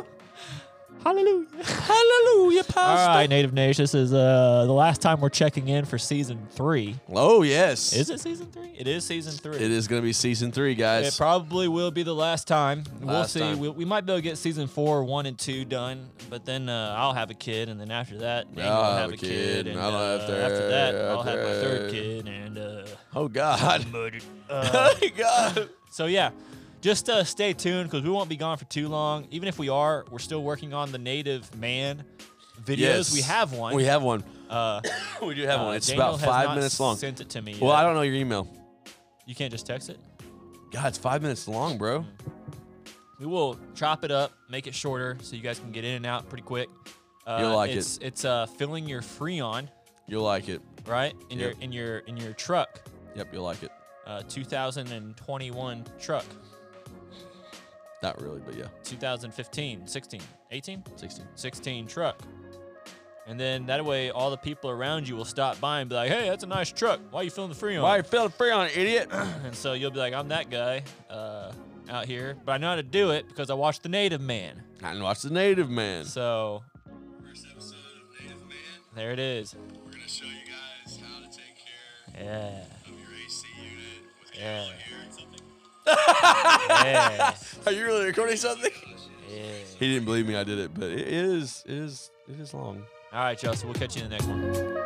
[SPEAKER 1] Hallelujah. (laughs)
[SPEAKER 2] Hallelujah,
[SPEAKER 1] All
[SPEAKER 2] Pastor.
[SPEAKER 1] right, Native Nation. This is uh, the last time we're checking in for season three.
[SPEAKER 2] Oh, yes.
[SPEAKER 1] Is it season three? It is season three.
[SPEAKER 2] It is going to be season three,
[SPEAKER 1] It
[SPEAKER 2] guys.
[SPEAKER 1] probably will be the last time. we'll
[SPEAKER 2] Last
[SPEAKER 1] see.
[SPEAKER 2] time.
[SPEAKER 1] We, we might be able to get season four, one, and two done, but then uh, I'll have a kid, and then after that, Daniel
[SPEAKER 2] I'll
[SPEAKER 1] will
[SPEAKER 2] have
[SPEAKER 1] have
[SPEAKER 2] a
[SPEAKER 1] a kid,
[SPEAKER 2] kid,
[SPEAKER 1] and
[SPEAKER 2] and I'll
[SPEAKER 1] uh,
[SPEAKER 2] have
[SPEAKER 1] after
[SPEAKER 2] third,
[SPEAKER 1] that, I'll have my third
[SPEAKER 2] after-
[SPEAKER 1] kid, and uh, (laughs)
[SPEAKER 2] oh, God.
[SPEAKER 5] murdered.
[SPEAKER 1] uh,
[SPEAKER 2] Oh, God.
[SPEAKER 1] so yeah. Just uh, stay tuned because we won't be gone for too long. Even if we are, we're still working on the Native Man videos.
[SPEAKER 2] Yes.
[SPEAKER 1] We have one.
[SPEAKER 2] We have one.
[SPEAKER 1] uh,
[SPEAKER 2] (coughs) We do have
[SPEAKER 1] Uh,
[SPEAKER 2] one. It's
[SPEAKER 1] Daniel
[SPEAKER 2] about
[SPEAKER 1] has
[SPEAKER 2] five
[SPEAKER 1] not
[SPEAKER 2] minutes long.
[SPEAKER 1] Sent it to me.
[SPEAKER 2] Well,
[SPEAKER 1] yet.
[SPEAKER 2] I don't know your email.
[SPEAKER 1] You can't just text it.
[SPEAKER 2] God, it's five minutes long, bro.
[SPEAKER 1] we will chop it up, make it shorter, so you guys can get in and out pretty quick. Uh,
[SPEAKER 2] You'll like it.
[SPEAKER 1] it's, It's uh, filling your freon
[SPEAKER 2] You'll like it.
[SPEAKER 1] right in
[SPEAKER 2] Yep.
[SPEAKER 1] your in your in your truck,
[SPEAKER 2] Yep, you'll like it.
[SPEAKER 1] uh, 2021 truck,
[SPEAKER 2] Not really, but yeah,
[SPEAKER 1] 2015, 16, 18,
[SPEAKER 2] 16.
[SPEAKER 1] 16 truck. And then that way, all the people around you will stop by and be like, "Hey, that's a nice truck. Why you filling the freon?"
[SPEAKER 2] Why you fell free on it, idiot?
[SPEAKER 1] And so you'll be like, I'm that guy uh, out here, but I know how to do it because I watched The Native Man.
[SPEAKER 2] I didn't watch the Native Man.
[SPEAKER 1] So
[SPEAKER 3] First episode of Native Man.
[SPEAKER 1] there it is.
[SPEAKER 3] We're gonna show you guys how to take care
[SPEAKER 1] Yeah.
[SPEAKER 3] of your AC unit with
[SPEAKER 1] Yeah.
[SPEAKER 3] Carol here and something.
[SPEAKER 1] Yeah.
[SPEAKER 2] Are you really recording something?
[SPEAKER 1] yeah.
[SPEAKER 2] He didn't believe me. I did it, but it is, it is, it is long.
[SPEAKER 1] All right, y'all. So we'll catch you in the next one.